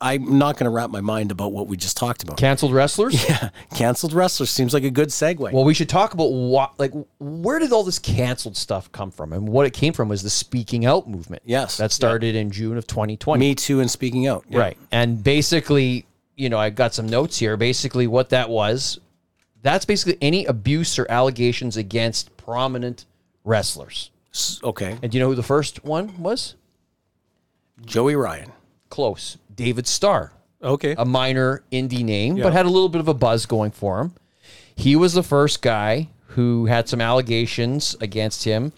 C: I'm not going to wrap my mind about what we just talked about.
E: Canceled wrestlers.
C: Canceled wrestlers seems like a good segue.
E: Well, we should talk about what, like, where did all this canceled stuff come from? And what it came from was the speaking out movement.
C: Yes.
E: That started in June of 2020.
C: Me too and speaking out.
E: Right. And basically, you know, I got some notes here. Basically, what that was that's basically any abuse or allegations against prominent wrestlers.
C: Okay.
E: And do you know who the first one was?
C: Joey Ryan.
E: Close. David Starr,
F: Okay.
E: a minor indie name, but had a little bit of a buzz going for him. He was the first guy who had some allegations against him.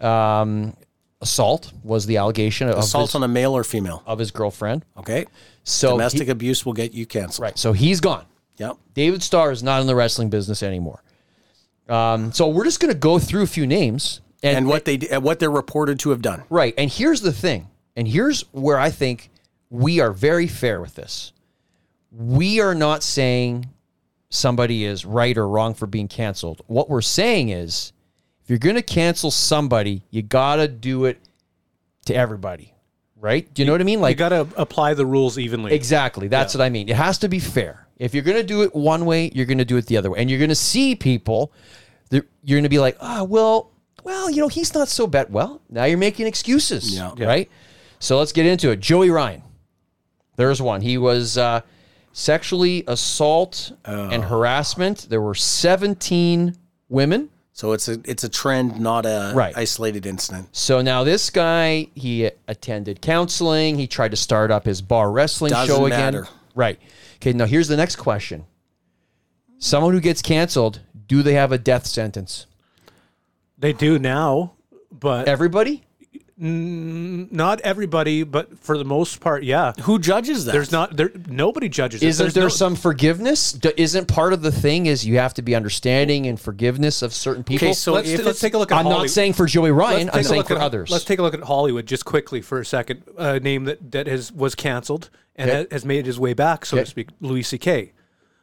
E: Um, assault was the allegation of,
C: Assault
E: his,
C: on a male or female.
E: of his girlfriend.
C: Okay.
E: So Oh. he-
C: Domestic abuse will get you canceled.
E: right. So he's gone.
C: Yep.
E: David Starr is not in the wrestling business anymore. Um, so we're just going to go through a few names and,
C: And what they d- and what they're reported to have done.
E: right. And here's the thing, and here's where I think we are very fair with this. We are not saying somebody is right or wrong for being canceled. What we're saying is, if you're going to cancel somebody, you got to do it to everybody, right? Do you know what I mean?
F: you
E: Like
F: got to apply the rules evenly.
E: Exactly. That's what I mean. It has to be fair. If you're going to do it one way, you're going to do it the other way. And you're going to see people, that- you're going to be like, ah, well, well, you know, he's not so bad. Well, now you're making excuses,
C: Yeah.
E: right? So let's get into it. Joey Ryan. There's one. He was uh, sexually assault and harassment. There were 17 women.
C: So it's a it's a trend, not a
E: Right.
C: isolated incident.
E: So now this guy, he attended counseling. He tried to start up his bar wrestling
C: Doesn't
E: show again.
C: matter.
E: Right. Okay. Now here's the next question. Someone who gets canceled, do they have a death sentence?
F: They do now, but
E: Everybody?
F: Not everybody, but for the most part, yeah.
C: Who judges that?
F: There's not there. Nobody judges. it.
E: Isn't
F: There's
E: there
F: no-
E: some forgiveness? D- isn't part of the thing is you have to be understanding and forgiveness of certain people?
C: Okay, so
F: Let's,
C: if-
F: let's take a look at.
E: I'm not
F: Hollywood.
E: saying for Joey
F: Let's
E: Ryan.
F: take
E: I'm
F: a
E: saying
F: look
E: for
F: at-
E: others.
F: Let's take a look at Hollywood just quickly for a second. A name that that has was canceled and
E: Okay.
F: ha- has made his way back, so
E: Okay.
F: to speak. Louis C.K.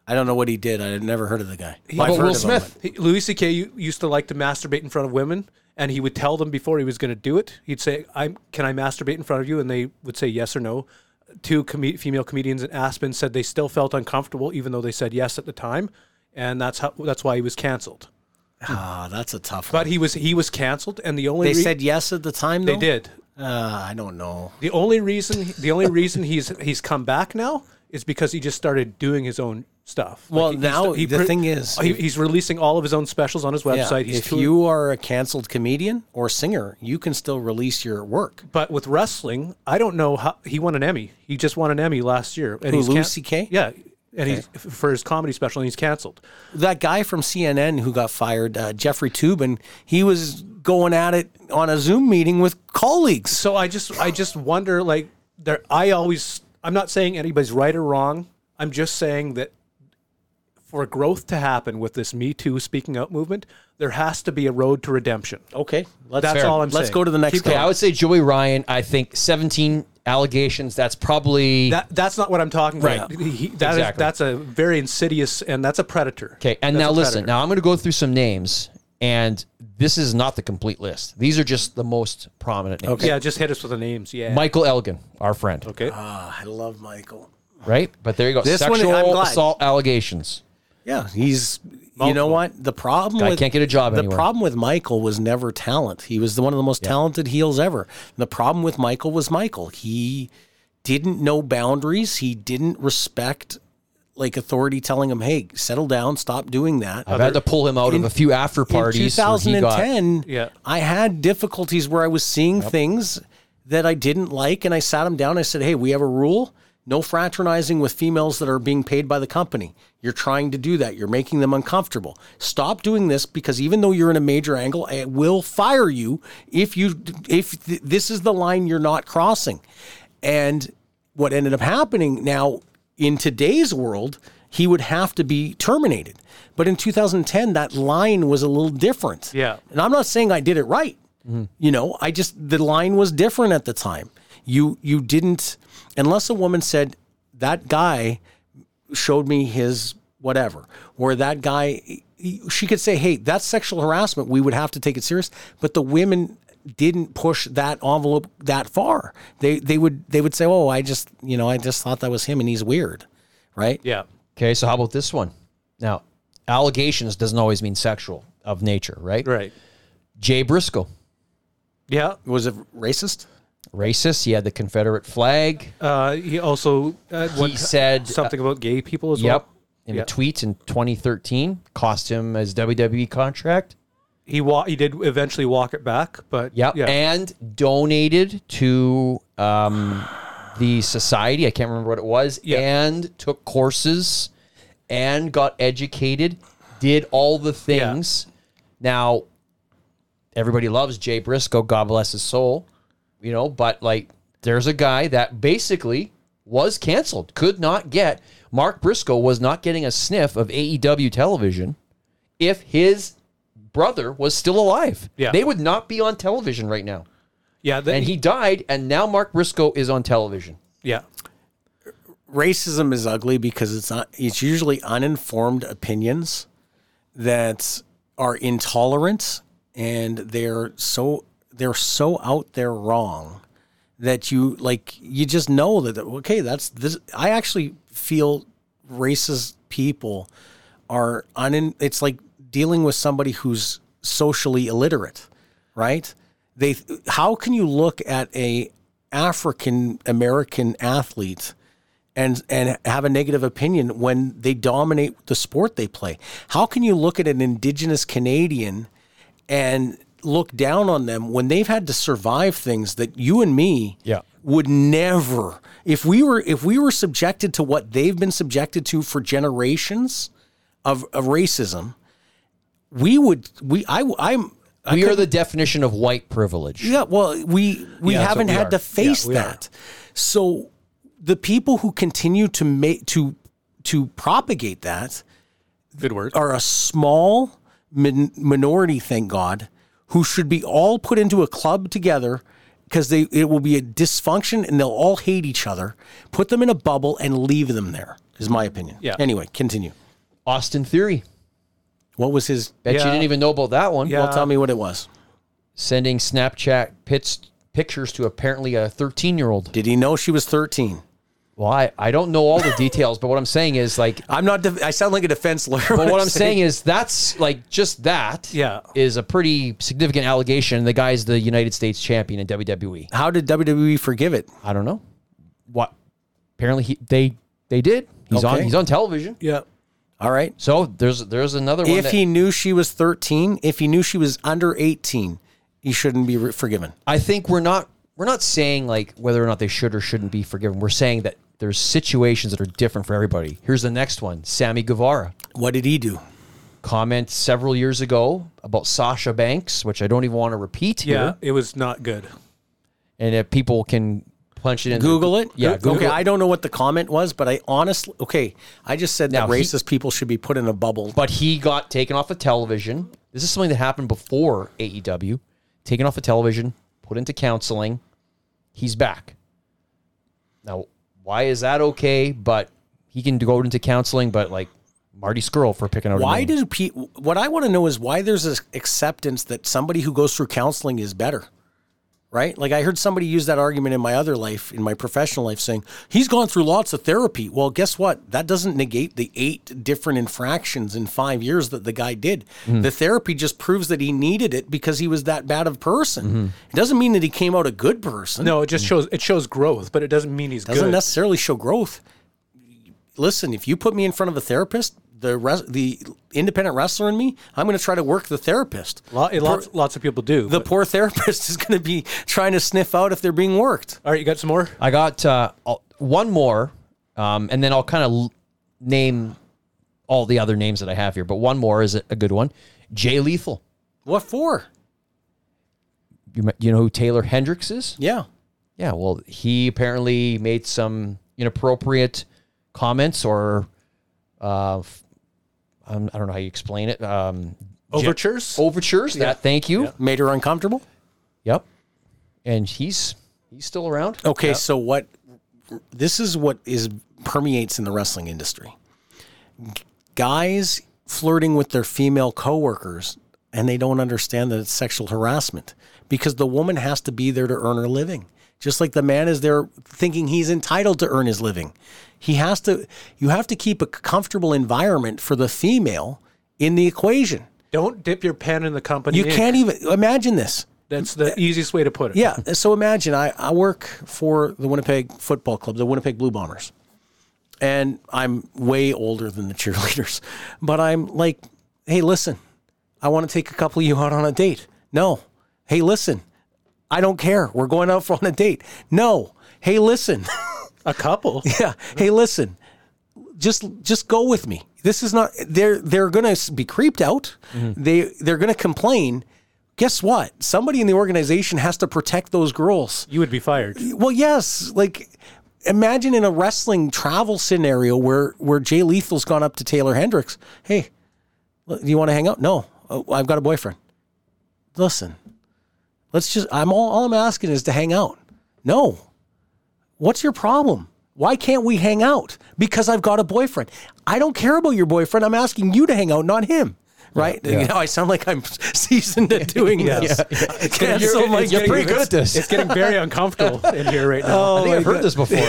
C: I don't know what he did. I had never heard of the guy.
E: How
C: I've
E: about
C: heard
E: Will
C: of him,
E: Smith?
F: He- Louis C.K. u- used to like to masturbate in front of women, and he would tell them before he was going to do it. He'd say, "I'm can I masturbate in front of you?" And they would say yes or no. Two com- female comedians in Aspen said they still felt uncomfortable, even though they said yes at the time, and that's how that's why he was canceled.
C: but- Ah, that's a tough one.
F: But he was he was canceled, and the only
C: They
F: re-
C: said yes at the time.
F: they
C: though?
F: did.
C: Uh, I don't know.
F: The only reason the only reason he's he's come back now is because he just started doing his own stuff. Like,
C: Well,
F: he's-
C: now the
F: pre-
C: thing is-
F: he, he's releasing all of his own specials on his
C: Yeah.
F: website. He's
C: If
F: touring-
C: you are a canceled comedian or singer, you can still release your work.
F: But with wrestling, I don't know how he won an Emmy. He just won an Emmy last year. And
C: Who,
F: he's
C: Louis CK?
F: Yeah, and he's f- for his comedy special, and he's canceled.
C: That guy from CNN who got fired, uh, Jeffrey Toobin, he was going at it on a Zoom meeting with colleagues.
F: So I just I just wonder like there. I always I'm not saying anybody's right or wrong. I'm just saying that for growth to happen with this Me Too speaking out movement, there has to be a road to redemption.
C: Okay, let's,
F: That's all I'm
C: Let's
F: saying.
C: go to the next
F: Keep
E: Okay,
C: guy.
E: I would say Joey Ryan. I think 17 allegations. That's probably
F: That that's not what I'm talking about.
E: Right.
F: He- he- that is-
E: Exactly.
F: that's a very insidious and that's a predator.
E: okay. And
F: That's
E: now
F: a
E: listen.
F: predator.
E: Now I'm going to go through some names, and this is not the complete list. These are just the most prominent names.
F: Yeah, just hit us with the names. Yeah.
E: Michael Elgin, our friend,
F: Okay.
E: Ah.
C: Ah, I love Michael.
E: right? But there you go.
C: This one, I'm
E: Sexual
C: glad.
E: assault allegations.
C: Yeah, he's. You know what? The problem
E: Guy
C: with
E: can't get a job
C: The
E: anywhere.
C: problem with Michael was never talent. He was the one of the most talented heels ever. The problem with Michael was Michael. He didn't know boundaries. He didn't respect like authority telling him, "Hey, settle down. Stop doing that."
E: I've had to pull him out of a few after
C: in
E: parties. where he got-
C: 2010,
F: Yeah.
C: I had difficulties where I was seeing things that I didn't like, and I sat him down. I said, "Hey, we have a rule: no fraternizing with females that are being paid by the company. You're trying to do that. You're making them uncomfortable. Stop doing this because even though you're in a major angle, it will fire you if you if th- this is the line you're not crossing." And what ended up happening now in today's world, he would have to be terminated. But in 2010, that line was a little different.
F: Yeah.
C: And I'm not saying I did it right. You know, I just the line was different at the time. You you didn't unless a woman said that guy showed me his whatever or that guy she could say hey that's sexual harassment we would have to take it serious but the women didn't push that envelope that far they they would they would say oh i just you know i just thought that was him and he's weird right
F: Yeah.
E: Okay, so how about this one? Now, allegations doesn't always mean sexual of nature, right?
F: Right.
E: Jay Briscoe,
F: Yeah.
C: was it racist
E: racist. He had the Confederate flag.
F: Uh, he also uh,
E: he said
F: something about gay people as
E: Yep.
F: well.
E: In
F: Yeah.
E: a tweet in 2013, cost him his WWE contract.
F: He wa- he did eventually walk it back, but
E: Yep.
F: yeah.
E: And donated to um, the society. I can't remember what it was.
F: Yeah.
E: And took courses and got educated, did all the things. Now, everybody loves Jay Briscoe. God bless his soul. You know, but like, there's a guy that basically was canceled, could not get. Mark Briscoe was not getting a sniff of AEW television if his brother was still alive.
F: Yeah.
E: They would not be on television right now.
F: yeah, the-
E: And he died, and now Mark Briscoe is on television.
F: yeah,
C: racism is ugly because it's not it's usually uninformed opinions that are intolerant and they're so they're so out there wrong that you like you just know that okay that's this I actually feel racist people are un it's like dealing with somebody who's socially illiterate right they how can you look at a african american athlete and and have a negative opinion when they dominate the sport they play. How can you look at an indigenous Canadian and look down on them when they've had to survive things that you and me
E: Yeah.
C: would never if we were if we were subjected to what they've been subjected to for generations of, of racism we would we I I'm
E: we are the definition of white privilege.
C: Yeah, well, we we
E: Yeah, that's
C: haven't
E: what we
C: had
E: are.
C: to face
E: Yeah, we are.
C: that. So the people who continue to make to to propagate that
F: Good word.
C: are a small min- minority, thank God, who should be all put into a club together because they it will be a dysfunction and they'll all hate each other. Put them in a bubble and leave them there. Is my opinion.
F: Yeah.
C: Anyway, continue.
E: Austin Theory.
C: What was his?
E: Bet you
F: Yeah.
E: didn't even know about that one.
F: Yeah.
C: Well, tell me what it was.
E: Sending Snapchat pits, pictures to apparently a 13 year old.
C: Did he know she was thirteen?
E: Well, I, I don't know all the details, but what I'm saying is like,
C: I'm not. Def- I sound like a defense lawyer.
E: but what I'm saying is that's like just that
F: Yeah.
E: is a pretty significant allegation. The guy's the United States champion in WWE.
C: how did WWE forgive it?
E: I don't know what. Apparently he they they did. He's on
C: Okay.
E: he's on television.
F: yeah.
C: All right.
E: So there's there's another one.
C: if
E: that-
C: he knew she was 13, if he knew she was under 18, he shouldn't be re- forgiven.
E: I think we're not we're not saying like whether or not they should or shouldn't be forgiven. We're saying that there's situations that are different for everybody. Here's the next one: Sammy Guevara
C: What did he do?
E: comment several years ago about Sasha Banks, which I don't even want to repeat
F: Yeah.
E: here.
F: It was not good.
E: And if people can punch it in,
C: Google it.
E: Yeah, Google
C: okay.
E: it.
C: I don't know what the comment was, but I honestly, okay, I just said
E: Now,
C: that
E: he-
C: racist people should be put in a bubble.
E: But he got taken off of television. This is something that happened before AEW. Taken off of television, put into counseling. He's back. Now, why is that okay? But he can go into counseling, but like Marty Skrull for picking out. a
C: why
E: name.
C: did Pete? What I want to know is why there's this acceptance that somebody who goes through counseling is better, right? Like I heard somebody use that argument in my other life, in my professional life, saying he's gone through lots of therapy. Well, guess what? That doesn't negate the eight different infractions in five years that the guy did. The therapy just proves that he needed it because he was that bad of a person. It doesn't mean that he came out a good person.
F: No, it just
E: Mm.
F: shows it shows growth, but it doesn't mean he's
C: doesn't
F: good.
C: necessarily show growth. Listen, if you put me in front of a therapist, the res- the independent wrestler in me, I'm going to try to work the therapist.
F: Lo- lots, lots of people do.
C: The
F: but-
C: poor therapist is going to be trying to sniff out if they're being worked.
F: all right, you got some more?
E: I got uh, I'll- one more, um, and then I'll kind of l- name all the other names that I have here. But one more is a a good one. Jay Lethal.
C: What for?
E: You, mi- you know who Taylor Hendricks is?
C: Yeah.
E: Yeah, well, he apparently made some inappropriate comments or, uh, f- um, I don't know how you explain it. Um, Oh.
F: Overtures?
E: overtures. That. Thank you.
C: Made her uncomfortable.
E: Yep. And he's he's still around.
C: Okay, so what this is what is permeates in the wrestling industry. G- Guys flirting with their female coworkers and they don't understand that it's sexual harassment because the woman has to be there to earn her living. Just like the man is there thinking he's entitled to earn his living. He has to you have to keep a comfortable environment for the female in the equation.
F: Don't dip your pen in the company.
C: You
F: ink.
C: can't even imagine this.
F: That's the easiest way to put it.
C: Yeah. So imagine I, I work for the Winnipeg Football Club, the Winnipeg Blue Bombers. And I'm way older than the cheerleaders. But I'm like, hey, listen, I want to take a couple of you out on a date. No. Hey, listen, I don't care. We're going out for on a date. No. Hey, listen.
F: A couple.
C: yeah. Hey, listen. Just just go with me. This is not they're they're going to be creeped out. They they're going to complain. Guess what? Somebody in the organization has to protect those girls.
F: You would be fired.
C: Well, yes, like imagine in a wrestling travel scenario where where Jay Lethal's gone up to Taylor Hendricks. Hey, l- do you want to hang out? No, oh, I've got a boyfriend. Listen, let's just. I'm all. All I'm asking is to hang out. No, what's your problem? Why can't we hang out? Because I've got a boyfriend. I don't care about your boyfriend. I'm asking you to hang out, not him. Right? You know, I sound like I'm seasoned at doing this. Cancel my
E: You're pretty good at this. Oh.
F: It's getting very uncomfortable in here right now.
E: I think I've heard this before.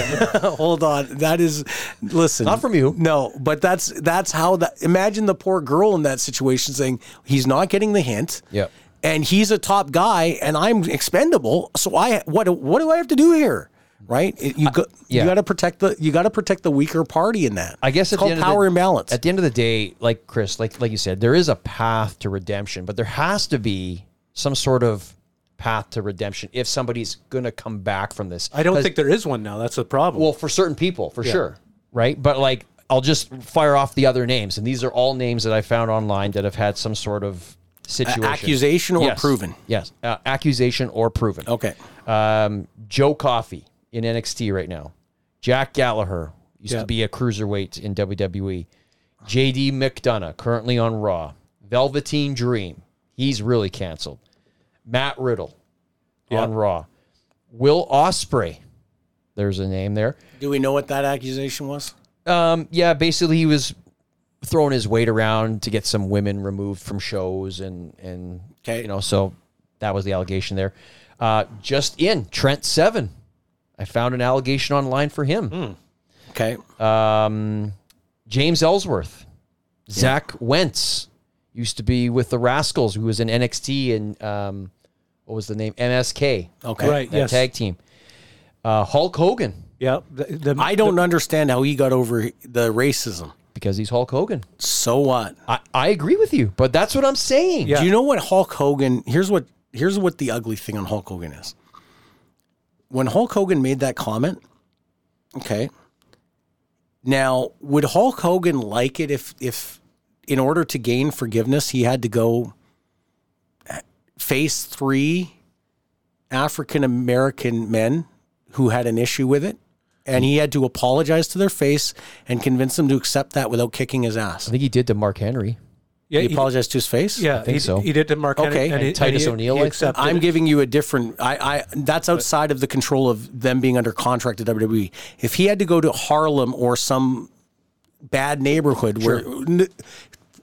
C: Hold on. That is listen.
E: Not from you.
C: No, but that's that's how that imagine the poor girl in that situation saying he's not getting the hint.
E: Yep.
C: And he's a top guy and I'm expendable. So I what what do I have to do here? Right? It- you go,
E: yeah.
C: you got to protect the you got to protect the weaker party in that.
E: I guess
C: it's
E: at the
C: called
E: end
C: power
E: of the,
C: imbalance.
E: At the end of the day, like Chris, like like you said, there is a path to redemption, but there has to be some sort of path to redemption if somebody's going to come back from this.
F: I don't
E: 'Cause-
F: think there is one now. That's the problem.
E: Well, for certain people, for sure, right? But like, I'll just fire off the other names, and these are all names that I found online that have had some sort of situation.
C: accusation or
E: Yes.
C: proven?
E: Yes. Uh, accusation or proven.
C: Okay.
E: Um, Joe Coffey in NXT right now. Jack Gallagher used
F: Yeah.
E: to be a cruiserweight in WWE. JD McDonough currently on Raw. Velveteen Dream. He's really canceled. Matt Riddle on Raw. Will Osprey. There's a name there.
C: Do we know what that accusation was?
E: Um, yeah, basically he was throwing his weight around to get some women removed from shows and and
C: Okay.
E: you know, so that was the allegation there. Uh, just in Trent Seven, I found an allegation online for him.
C: Okay.
E: Um, James Ellsworth, Zach Wentz used to be with the Rascals, who was in NXT and um, what was the name MSK,
C: Okay.
F: Right.
E: that
F: Yes.
E: tag team. Uh, Hulk Hogan
F: Yeah. th- the-
C: I don't understand how he got over the racism.
E: because he's Hulk Hogan.
C: So what?
E: I, I agree with you, but that's what I'm saying.
F: Yeah.
C: Do you know what Hulk Hogan? Here's what here's what the ugly thing on Hulk Hogan is. When Hulk Hogan made that comment, okay. Now, would Hulk Hogan like it if if in order to gain forgiveness he had to go uh, face three African American men who had an issue with it? And he had to apologize to their face and convince them to accept that without kicking his
E: I
C: ass.
E: think he did to Mark Henry.
F: yeah,
C: He
F: he-
C: apologized to his face?
F: Yeah,
E: think
F: he,
E: so.
F: He did to Mark Henry,
C: Okay.
F: he-
E: And Titus
F: he-
E: O'Neil,
F: he
E: I think.
F: accepted
C: I'm
F: it.
C: giving you a different. I, I that's outside of the control of them being under contract to WWE. E. If he had to go to Harlem or some bad neighborhood where n-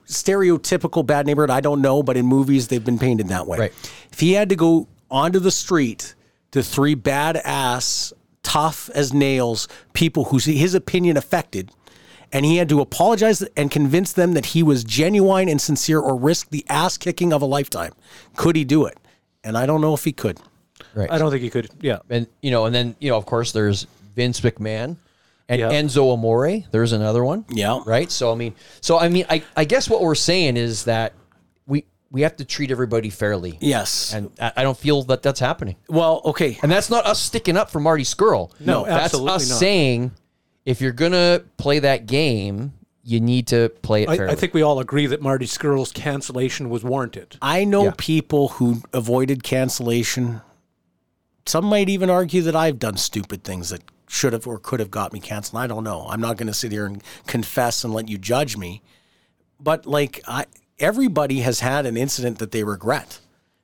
C: stereotypical bad neighborhood, I don't know, but in movies they've been painted that way.
E: Right.
C: If he had to go onto the street to three badass, tough as nails people who his opinion affected. And he had to apologize and convince them that he was genuine and sincere or risk the ass kicking of a lifetime. Could he do it? And I don't know if he could.
E: Right.
F: I don't think he could. Yeah.
E: and you know, and then you know, of course, there's Vince McMahon and
F: Yeah.
E: Enzo Amore. There's another one.
C: Yeah.
E: Right. So I mean, so I mean, I, I guess what we're saying is that we we have to treat everybody fairly.
C: Yes.
E: And I, I don't feel that that's happening.
C: well, okay.
E: And that's not us sticking up for Marty Skrull.
F: No,
E: that's
F: absolutely
E: us
F: not.
E: saying if you're gonna play that game, you need to play it fairly.
F: I, I think we all agree that Marty Skrull's cancellation was warranted.
C: I know
E: Yeah.
C: people who avoided cancellation. Some might even argue that I've done stupid things that should have or could have got me canceled. I don't know. I'm not going to sit here and confess and let you judge me. But like I everybody has had an incident that they regret,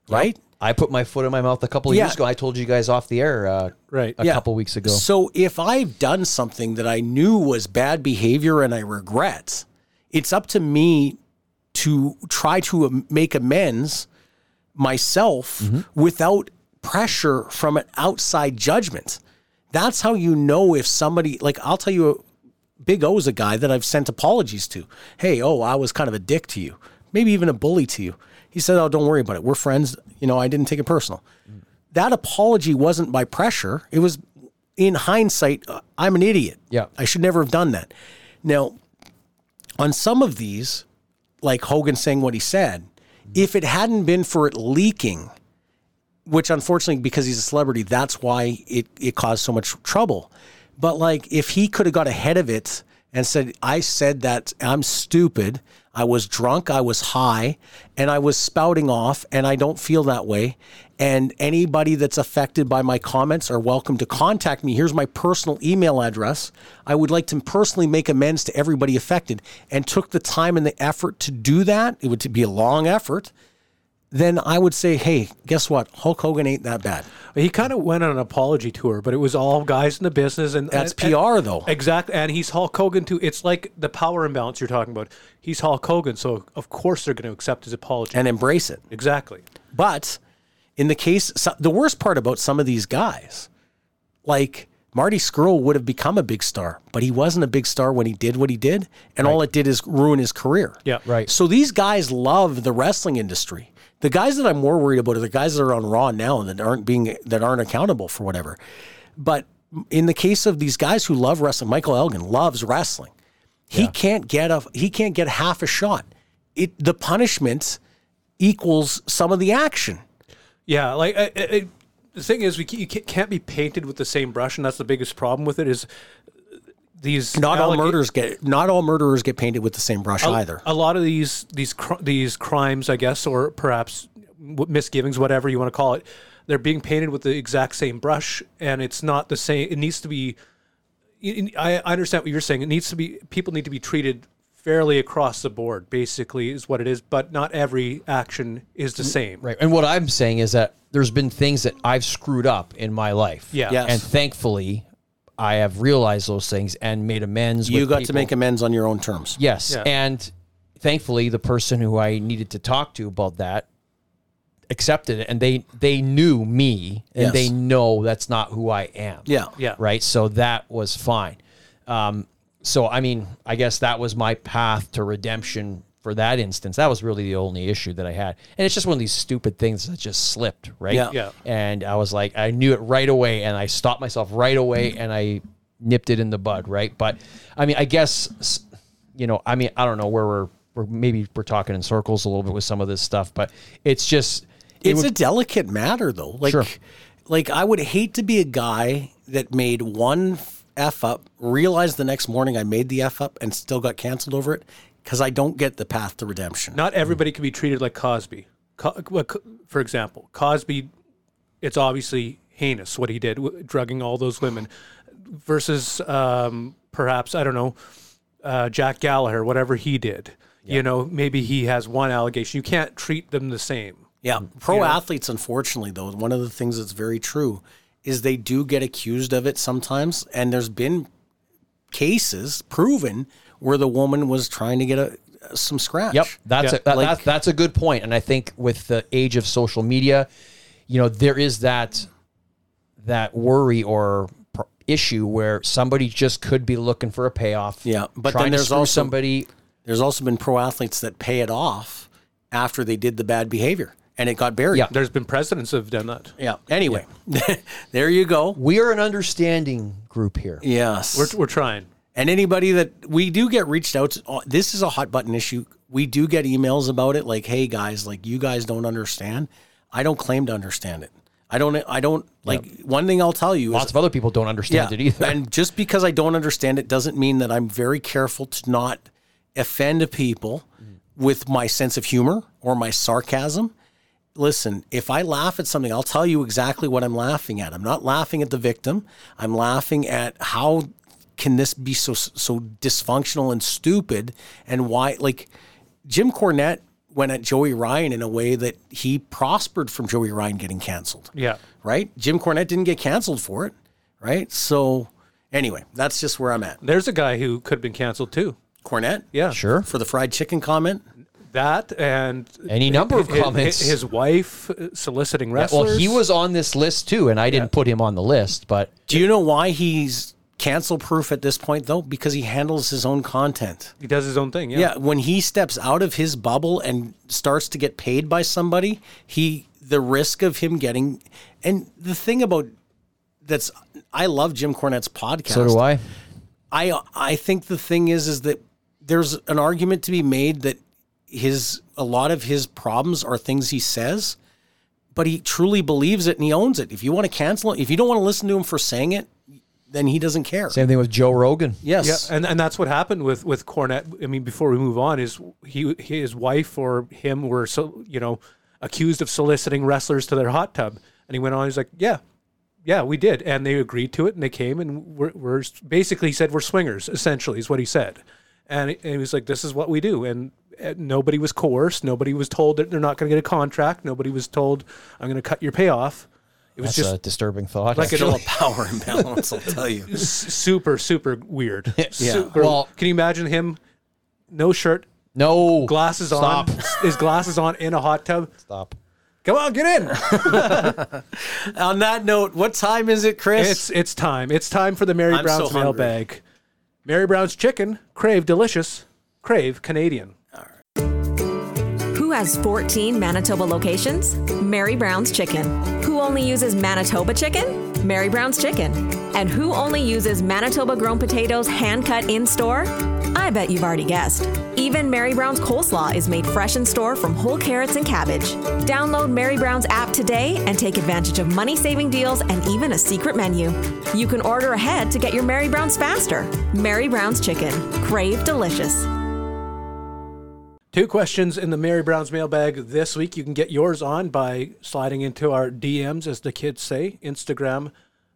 C: right?
E: I put my foot in my mouth a couple of
C: Yeah.
E: years ago. I told you guys off the air, uh,
F: Right.
E: a
C: Yeah.
E: couple weeks ago.
C: So if I've done something that I knew was bad behavior and I regret, it's up to me to try to am- make amends myself without pressure from an outside judgment. That's how you know if somebody like I'll tell you Big O is a guy that I've sent apologies to. Hey, oh, I was kind of a dick to you, maybe even a bully to you. He said, "Oh, don't worry about it. We're friends. You know, I didn't take it personal." That apology wasn't by pressure. It was in hindsight, uh, I'm an idiot.
E: Yeah.
C: I should never have done that. Now, on some of these, like Hogan saying what he said, if it hadn't been for it leaking, which unfortunately, because he's a celebrity, that's why it, it caused so much trouble. But like, if he could have got ahead of it and said, I said that I'm stupid, I was drunk, I was high, and I was spouting off, and I don't feel that way. And anybody that's affected by my comments are welcome to contact me. Here's my personal email address. I would like to personally make amends to everybody affected and took the time and the effort to do that. It would be a long effort then I would say, hey, guess what? Hulk Hogan ain't that bad.
F: He kind of went on an apology tour, but it was all guys in the business, and
C: That's
F: and-
C: PR though.
F: Exactly, and he's Hulk Hogan too. It's like the power imbalance you're talking about. He's Hulk Hogan, so of course they're going to accept his apology.
C: And embrace it.
F: exactly.
C: But in the case, so, the worst part about some of these guys, like Marty Skrull would have become a big star, but he wasn't a big star when he did what he did. And all it did is ruin his career.
F: Yeah.
E: Right.
C: So these guys love the wrestling industry. The guys that I'm more worried about are the guys that are on Raw now and that aren't being that aren't accountable for whatever. But in the case of these guys who love wrestling, Michael Elgin loves wrestling. He can't get a he can't get half a shot. It the punishment equals some of the action.
F: Yeah, like I, I, I- the thing is, we ca- you ca- can't be painted with the same brush, and that's the biggest problem with it. Is these
C: Not all
F: allega-
C: murders get not all murderers get painted with the same brush either.
E: oh,
F: A lot of these these cr- these crimes, I guess, or perhaps w- misgivings, whatever you want to call it, they're being painted with the exact same brush, and it's not the same. It needs to be. y- y- I I understand what you're saying. It needs to be. People need to be treated fairly across the board. Basically, is what it is. But not every action is the same.
E: Right. And what I'm saying is that there's been things that I've screwed up in my life.
F: Yeah.
C: Yes.
E: And thankfully, I have realized those things and made amends.
C: you
E: with
C: got to
E: people.
C: make amends on your own terms.
E: Yes.
F: Yeah.
E: And thankfully, the person who I needed to talk to about that accepted it and they they knew me and
C: Yes.
E: they know that's not who I am.
C: Yeah.
F: Yeah.
E: Right. So that was fine. Um, so, I mean, I guess that was my path to redemption for that instance. That was really the only issue that I had. And it's just one of these stupid things that just slipped. Right.
C: Yeah.
F: Yeah.
E: And I was like, I knew it right away and I stopped myself right away and I nipped it in the bud. Right. But I mean, I guess, s- you know, I mean, I don't know where we're, we're maybe we're talking in circles a little bit with some of this stuff, but it's just, it
C: it's a
E: would-
C: delicate matter though. Like
E: Sure.
C: like I would hate to be a guy that made one f up, realized the next morning I made the f up and still got canceled over it cuz I don't get the path to redemption.
F: Not everybody can be treated like Cosby. Co- well, co- for example, Cosby, it's obviously heinous what he did, w- drugging all those women, versus um, perhaps, I don't know, uh, Jack Gallagher, whatever he did. You know, maybe he has one allegation. You can't treat them the same.
C: Yeah. Pro athletes, unfortunately, though, one of the things that's very true is they do get accused of it sometimes. And there's been cases proven where the woman was trying to get a, some scratch.
E: Yep, that's
F: Yeah,
E: a, that,
C: like-
E: that's that's a good point, and I think with the age of social media, you know, there is that that worry or pr- issue where somebody just could be looking for a payoff.
C: Yeah, but
E: trying
C: then
E: to
C: there's
E: screw
C: also-
E: somebody.
C: There's also been pro athletes that pay it off after they did the bad behavior and it got buried.
E: Yeah.
F: There's been presidents who've done that.
C: Yeah. Anyway, there you go.
E: We are an understanding group here.
C: Yes.
F: We're, we're trying.
C: And anybody that we do get reached out to, oh, this is a hot button issue. We do get emails about it, like, "Hey guys, like you guys don't understand. I don't claim to understand it. I don't. I don't like one thing. I'll tell you
E: Lots
C: is,
E: of other people don't understand it either.
C: and just because I don't understand it doesn't mean that I'm very careful to not offend people with my sense of humor or my sarcasm. Listen, if I laugh at something, I'll tell you exactly what I'm laughing at. I'm not laughing at the victim. I'm laughing at how can this be so so dysfunctional and stupid and why like Jim Cornette went at Joey Ryan in a way that he prospered from Joey Ryan getting canceled
F: Yeah.
C: right? Jim Cornette didn't get canceled for it, right? So anyway, that's just where I'm at.
F: There's a guy who could have been canceled too.
C: Cornette,
F: Yeah.
E: sure,
C: for the fried chicken comment.
F: That and
E: any number of
F: his,
E: comments.
F: his wife uh, soliciting
E: well,
F: wrestlers.
E: he was on this list too, and I didn't put him on the list, but
C: Do you know why he's cancel proof at this point though? Because he handles his own content.
F: He does his own thing.
C: Yeah, when he steps out of his bubble and starts to get paid by somebody, he the risk of him getting and the thing about that's I love Jim Cornette's podcast.
E: so do I.
C: I I think the thing is is that there's an argument to be made that his a lot of his problems are things he says, but he truly believes it and he owns it. If you want to cancel it, if you don't want to listen to him for saying it, then he doesn't care.
E: Same thing with Joe Rogan.
F: Yeah,
C: Yes.
F: and, and that's what happened with with Cornette. I mean, before we move on, is he his wife or him were so you know accused of soliciting wrestlers to their hot tub, and he went on. He's like, yeah, yeah, we did, and they agreed to it, and they came, and we're, we're s- basically he said we're swingers, essentially is what he said, and he, and he was like, this is what we do, and, uh nobody was coerced, nobody was told that they're not going to get a contract, nobody was told I'm going to cut your payoff. It was
E: That's a
F: just
E: disturbing thought.
F: like
C: Still a
F: an
C: power imbalance, I'll tell you.
F: s- super super weird. Super-
E: Well-
F: can you imagine him? No shirt,
E: no
F: glasses
E: Stop.
F: on, his glasses on in a hot tub.
E: Stop.
F: Come on, get in.
C: On that note, what time is it, Chris?
F: It's it's time. It's time for the Mary
C: I'm
F: Brown's
C: so hungry.
F: mailbag. Mary Brown's chicken, crave delicious, crave Canadian.
G: Who has 14 Manitoba locations? Mary Brown's Chicken. Who only uses Manitoba chicken? Mary Brown's Chicken. And who only uses Manitoba grown potatoes hand cut in store? I bet you've already guessed. Even Mary Brown's coleslaw is made fresh in store from whole carrots and cabbage. Download Mary Brown's app today and take advantage of money saving deals and even a secret menu. You can order ahead to get your Mary Brown's faster. Mary Brown's Chicken. Crave delicious.
F: Two questions in the Mary Brown's mailbag this week. You can get yours on by sliding into our DMs, as the kids say Instagram,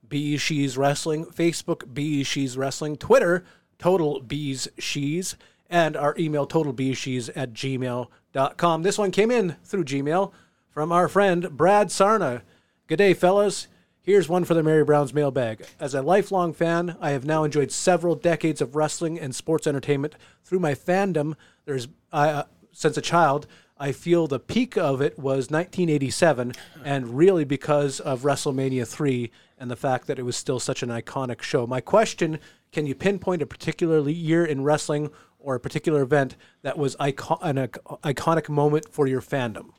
F: Bees She's Wrestling, Facebook, Bees She's Wrestling, Twitter, Total Bees She's, and our email, totalbeeshe's at gmail.com. This one came in through Gmail from our friend Brad Sarna. Good day, fellas. Here's one for the Mary Brown's mailbag. As a lifelong fan, I have now enjoyed several decades of wrestling and sports entertainment. Through my fandom, there's I, uh, since a child, I feel the peak of it was 1987, and really because of WrestleMania 3 and the fact that it was still such an iconic show. My question: Can you pinpoint a particular le- year in wrestling or a particular event that was icon- an ic- iconic moment for your fandom?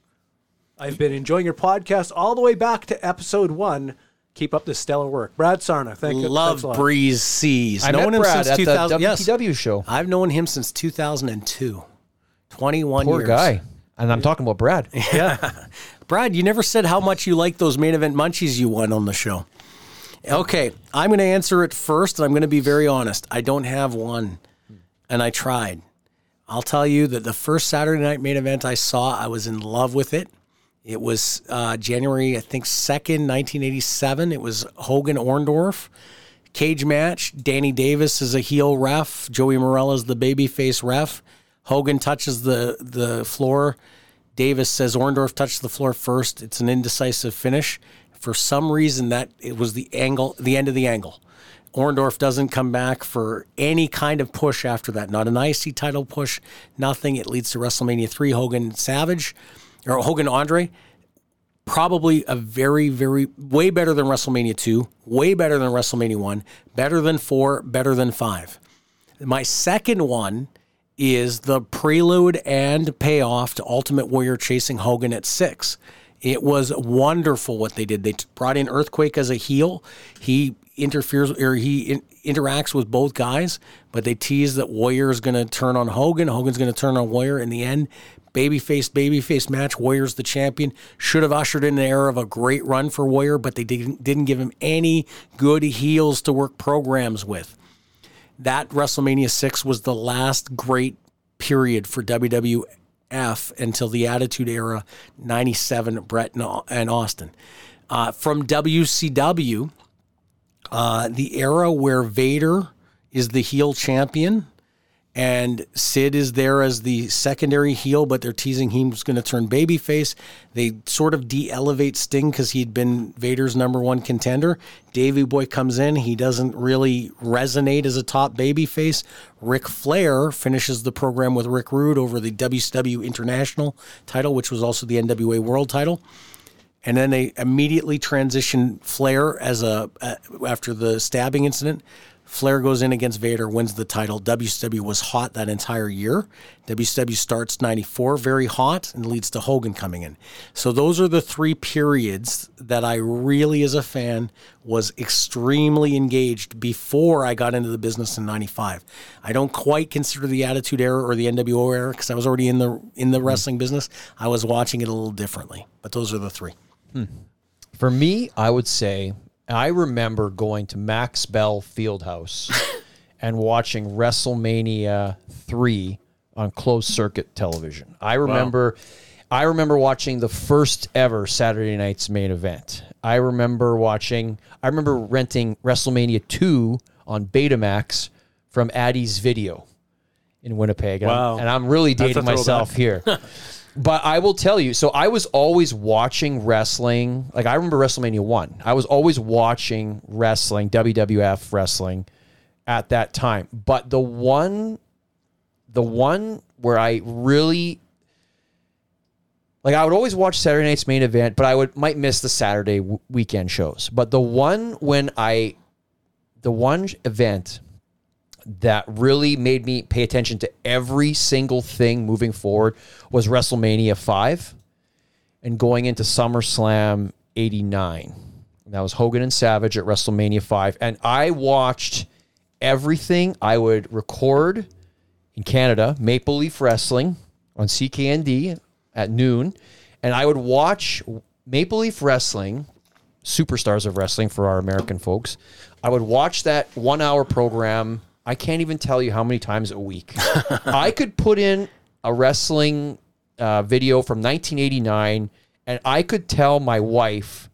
F: I've been enjoying your podcast all the way back to episode one. Keep up the stellar work, Brad Sarna. Thank you.
C: Love
F: thanks a lot.
C: Breeze Seas.
E: I met Brad at the
C: 2000
E: WPW show.
C: I've known him since 2002. 21
E: Poor
C: years.
E: guy. And I'm talking about Brad.
C: Brad, you never said how much you like those main event munchies you won on the show. Okay, I'm going to answer it first, and I'm going to be very honest. I don't have one, and I tried. I'll tell you that the first Saturday night main event I saw, I was in love with it. It was uh, January, I think, 2nd, 1987. It was Hogan Orndorff. Cage match. Danny Davis is a heel ref. Joey Morella is the babyface ref. Hogan touches the, the floor. Davis says Orndorff touched the floor first. It's an indecisive finish. For some reason, that it was the angle, the end of the angle. Orndorff doesn't come back for any kind of push after that. Not an IC title push, nothing. It leads to WrestleMania three. Hogan Savage, or Hogan Andre, probably a very, very way better than WrestleMania two, way better than WrestleMania one, better than four, better than five. My second one is the prelude and payoff to Ultimate Warrior chasing Hogan at six. It was wonderful what they did. They t- brought in Earthquake as a heel. He interferes or he in- interacts with both guys, but they tease that Warrior is going to turn on Hogan. Hogan's going to turn on Warrior in the end. Babyface, babyface match. Warrior's the champion. Should have ushered in the era of a great run for Warrior, but they didn't, didn't give him any good heels to work programs with that WrestleMania 6 was the last great period for WWF until the Attitude Era 97 Brett and Au- and Austin. Uh, from WCW, uh, the era where Vader is the heel champion and Sid is there as the secondary heel, but they're teasing he's going to turn babyface. They sort of de elevate Sting because he'd been Vader's number one contender. Davey Boy comes in. He doesn't really resonate as a top babyface. Ric Flair finishes the program with Rick Rude over the WCW International title, which was also the NWA World title and then they immediately transition Flair as a uh, after the stabbing incident. Flair goes in against Vader, wins the title. WCW was hot that entire year. WCW starts 94, very hot, and leads to Hogan coming in. So those are the three periods that I really, as a fan, was extremely engaged before I got into the business in 95. I don't quite consider the Attitude Era or the NWO Era because I was already in the, in the wrestling business. I was watching it a little differently, but those are the three.
E: For me, I would say I remember going to Max Bell Fieldhouse and watching WrestleMania 3 on closed circuit television. I remember I remember watching the first ever Saturday night's main event. I remember watching I remember renting WrestleMania 2 on Betamax from Addie's Video in Winnipeg. And I'm-
F: Wow.
E: and I'm really
F: That's a
E: dating myself here. But I will tell you, so I was always watching wrestling. Like I remember WrestleMania 1. I was always watching wrestling, WWF wrestling at that time. But the one the one where I really like I would always watch Saturday night's main event, but I would might miss the Saturday w- weekend shows. But the one when I the one event that really made me pay attention to every single thing moving forward was WrestleMania 5 and going into SummerSlam 89. And that was Hogan and Savage at WrestleMania 5. And I watched everything. I would record in Canada, Maple Leaf Wrestling on CKND at noon, and I would watch Maple Leaf Wrestling, superstars of wrestling for our American folks. I would watch that one hour program. I can't even tell you how many times a week. I could put in a wrestling uh, video from 1989, and I could tell my wife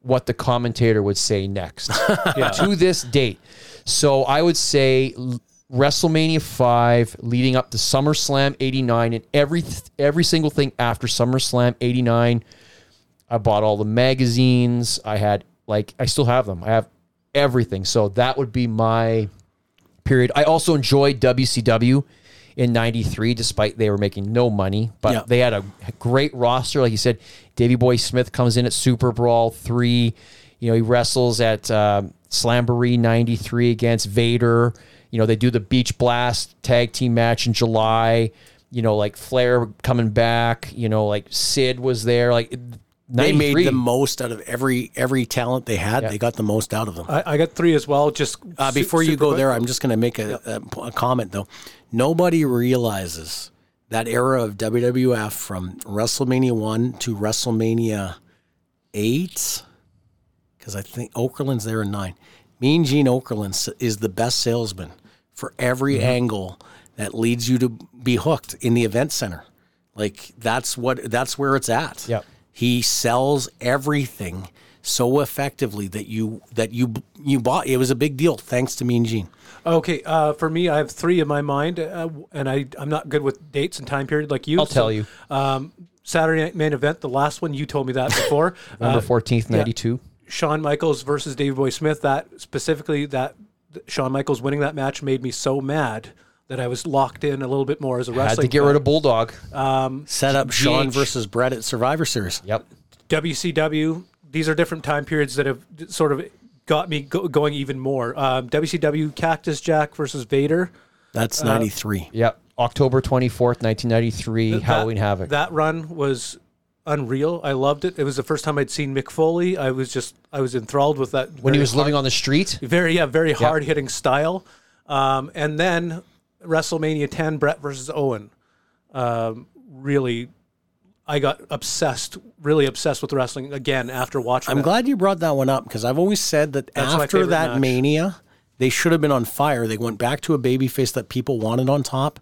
E: what the commentator would say next to this date. So I would say l- WrestleMania 5 leading up to SummerSlam 89 and every every single thing after SummerSlam 89. I bought all the magazines. I had like I still have them. I have everything. So that would be my period. I also enjoyed WCW in 93 despite they were making no money but
C: Yeah.
E: they had a great roster like you said davey boy smith comes in at super brawl 3 you know he wrestles at um, slamboree 93 against vader you know they do the beach blast tag team match in july you know like flair coming back you know like sid was there like
C: They made
E: 93.
C: the most out of every every talent they had. They got the most out of them.
F: I, I got three as well. Just
C: Uh,
F: Uh, su-
C: before you
F: super
C: go
F: quick.
C: there, I'm just going to make a, a, a comment though. Nobody realizes that era of WWF from WrestleMania one to WrestleMania eight, because I think Okerlund's there in nine. Mean Gene Okerlund s- is the best salesman for every
E: Mm-hmm.
C: angle that leads you to be hooked in the event center. Like that's what that's where it's at.
E: Yep.
C: He sells everything so effectively that you that you you bought. It was a big deal thanks to Mean Gene.
F: Okay, uh, for me, I have three in my mind, uh, and I I'm not good with dates and time period like you.
E: I'll tell you.
F: Um, Saturday night main event, the last one you told me that before.
E: november
F: Uh,
E: 14th 92
F: Shawn Michaels versus Davey Boy Smith. That specifically, that th- Shawn Michaels winning that match made me so mad that I was locked in a little bit more as a
E: had
F: wrestling.
E: to get rid of bulldog
C: Uh, Set up Sean
E: GH.
C: versus Brett at Survivor Series.
E: yep
F: WCW. These are different time periods that have d- sort of got me go- going even more. Um, WCW Cactus Jack versus Vader.
C: That's
E: Uh,
C: ninety three.
E: yep october 24th 1993
F: Th- that-
E: halloween havoc
F: That run was unreal. I loved it. It was the first time I'd seen Mick Foley. I was just I was enthralled with that.
E: when he
F: very
E: was living
F: hard-
E: on the street
F: very yeah very hard hitting style. Um, and then WrestleMania 10, Brett versus Owen. Um, really, I got obsessed, really obsessed with wrestling again after watching.
C: I'm
F: that.
C: glad you brought that one up because I've always said that
F: That's my
C: after
F: favorite
C: that
F: match.
C: mania, they should have been on fire. They went back to a babyface that people wanted on top.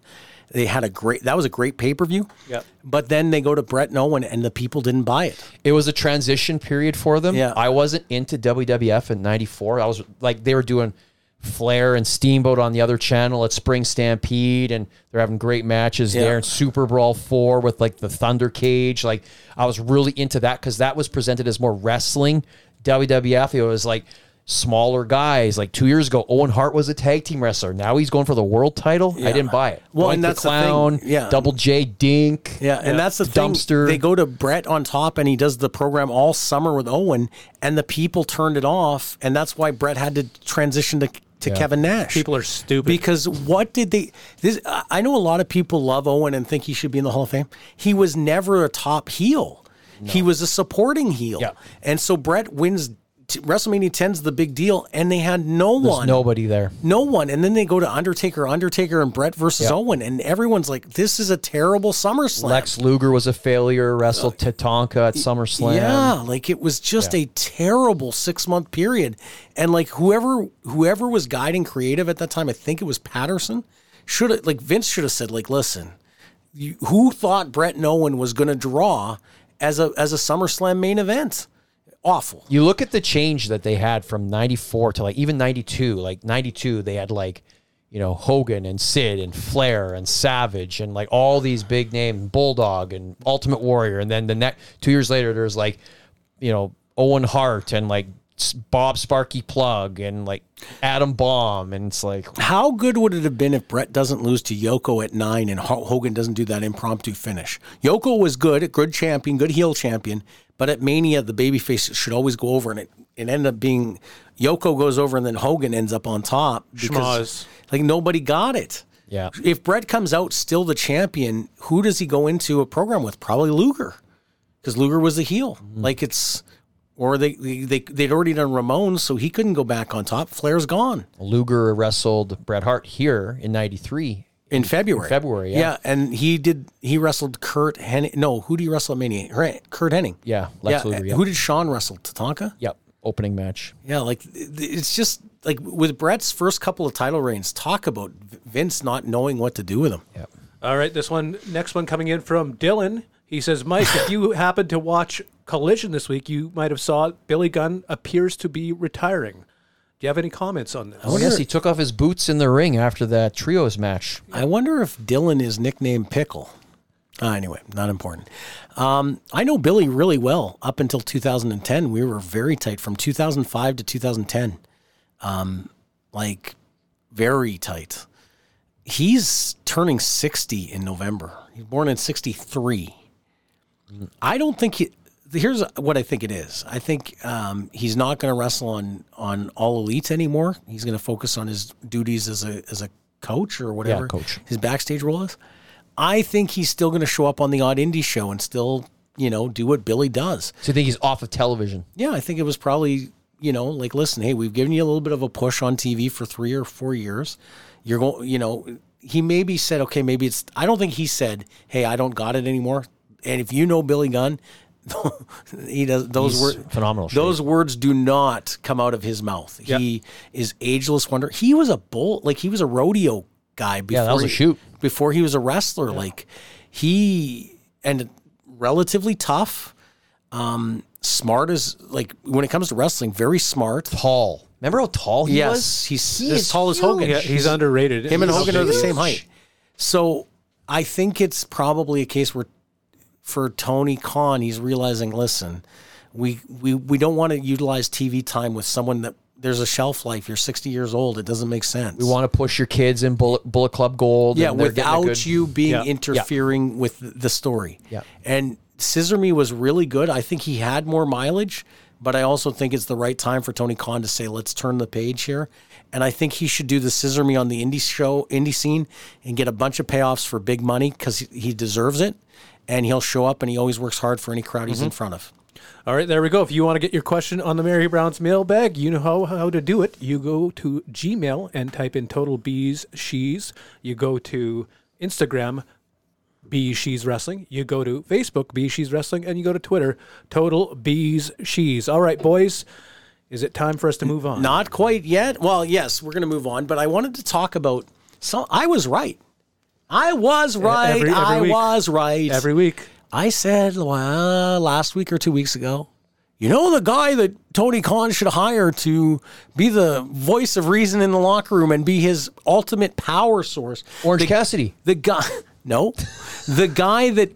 C: They had a great that was a great pay per view.
F: Yep.
C: But then they go to Brett and Owen and the people didn't buy it.
E: it was a transition period for them.
C: Yeah.
E: I wasn't into WWF in 94. I was like, they were doing Flair and Steamboat on the other channel at Spring Stampede, and they're having great matches there. And Super Brawl 4 with like the Thunder Cage. Like, I was really into that because that was presented as more wrestling. WWF, it was like smaller guys. Like, two years ago, Owen Hart was a tag team wrestler. Now he's going for the world title. I didn't buy it.
C: Well,
E: Doink
C: and that's
E: the
C: the thing.
E: clown,
C: Yeah.
E: Double J, Dink.
C: Yeah, and that's the
E: Dumpster.
C: Thing. They go to Brett on top, and he does the program all summer with Owen, and the people turned it off, and that's why Brett had to transition to to Kevin Nash.
F: People are stupid.
C: because what did they? This I I know a lot of people love Owen and think he should be in the Hall of Fame. He was never a top heel. He was a supporting heel,
E: Yeah.
C: and so Brett wins. T- WrestleMania 10's the big deal, and they had no
E: There's
C: one.
E: nobody there.
C: No one. And then they go to Undertaker, Undertaker, and Brett versus Owen. And everyone's like, this is a terrible SummerSlam.
E: Lex Luger was a failure. Wrestled Tatanka at SummerSlam.
C: Yeah, like it was just a terrible six month period, and like whoever whoever was guiding creative at that time, I think it was Patterson, should have like Vince should have said like, listen, you, who thought Brett and Owen was going to draw as a as a SummerSlam main event? Awful.
E: You look at the change that they had from '94 to like even '92. Like '92, they had like you know Hogan and Sid and Flair and Savage and like all these big name Bulldog and Ultimate Warrior. And then the next two years later, there's like you know Owen Hart and like S- Bob Sparky Plug and like Adam Bomb. And it's like
C: How good would it have been if Brett doesn't lose to Yoko at nine and Ho- Hogan doesn't do that impromptu finish? Yoko was good, a good champion, good heel champion, but at Mania, the babyface should always go over, and it, it ended up being Yoko goes over and then Hogan ends up on top.
F: Schmoz.
C: Like nobody got it.
E: Yeah.
C: If Brett comes out still the champion, who does he go into a program with? Probably Luger, because Luger was the heel. Like it's. Or they, they they they'd already done Ramones, so he couldn't go back on top. Flair's gone.
E: Luger wrestled Bret Hart here in '93
C: in February.
E: February, yeah.
C: and he did. He wrestled Kurt Henning. No, who do you wrestle at Mania? Her- Kurt Henning.
E: Yeah, Lex
C: yeah.
E: Luger, yeah.
C: Who did Sean wrestle? Tatanka.
E: Yep. Opening match.
C: Yeah, like th- it's just like with Brett's first couple of title reigns. Talk about Vince not knowing what to do with him.
E: Yep.
F: All right, this one, next one coming in from Dylan. He says, Mike, if you happened to watch Collision this week, you might have saw Billy Gunn appears to be retiring. Do you have any comments on this?
E: I guess he took off his boots in the ring after that trios match.
C: I wonder if Dylan is nicknamed Pickle. Uh, anyway, not important. Um, I know Billy really well up until 2010. We were very tight from 2005 to 2010. Um, like, very tight. He's turning 60 in November. He's born in 63. I don't think he. Here's what I think it is. I think um, he's not going to wrestle on on all elites anymore. He's going to focus on his duties as a as a coach or whatever
E: coach.
C: his backstage role is. I think he's still going to show up on the odd indie show and still you know do what Billy does.
E: So you think he's off of television?
C: Yeah, I think it was probably, you know, like, listen, hey, we've given you a little bit of a push on TV for three or four years. You're going, you know, he maybe said, okay, maybe it's, I don't think he said, hey, I don't got it anymore. And if you know Billy Gunn, he does those
E: He's
C: words
E: phenomenal shape.
C: those words do not come out of his mouth he is ageless wonder he was a bull like he was a rodeo guy before
E: Yeah, that was a
C: he-
E: shoot.
C: before he was a wrestler like he and relatively tough um, smart as like when it comes to wrestling, very smart.
E: Tall. Remember how tall he
C: Yes,
E: was?
C: he's
E: He
C: as
E: is
C: tall as Hogan.
F: yeah,
E: huge.
F: he's underrated.
C: Him and
F: He's
C: Hogan are the
F: outdated.
C: same height. So I think it's probably a case where for Tony Khan, he's realizing, listen, we we, we don't want to utilize TV time with someone that there's a shelf life. You're 60 years old. It doesn't make sense.
E: You want to push your kids in Bullet, Bullet Club Gold.
C: yeah,
E: and they're getting a
C: without
E: good-
C: you being
F: Yeah.
C: interfering with the story.
E: Yeah.
C: And Scissor Me was really good. I think he had more mileage, but I also think it's the right time for Tony Khan to say, let's turn the page here. And I think he should do the Scissor Me on the indie show, indie scene, and get a bunch of payoffs for big money because he deserves it. And he'll show up and he always works hard for any crowd he's in
F: Mm-hmm.
C: front of.
F: All right, there we go. If you want to get your question on the Mary Brown's mailbag, you know how, how to do it. You go to Gmail and type in total bees, she's. You go to Instagram, bees, she's wrestling. You go to Facebook, bees, she's wrestling. And you go to Twitter, total bees, she's. All right, boys, is it time for us to move on?
C: Not quite yet. Well, yes, we're going to move on, but I wanted to talk about. So I was right. I was right.
F: E, every
C: I
F: week.
C: was right.
F: Every week.
C: I said well, last week or two weeks ago, you know, the guy that Tony Khan should hire to be the voice of reason in the locker room and be his ultimate power source.
E: Orange
C: the,
E: Cassidy.
C: The guy, no, the guy that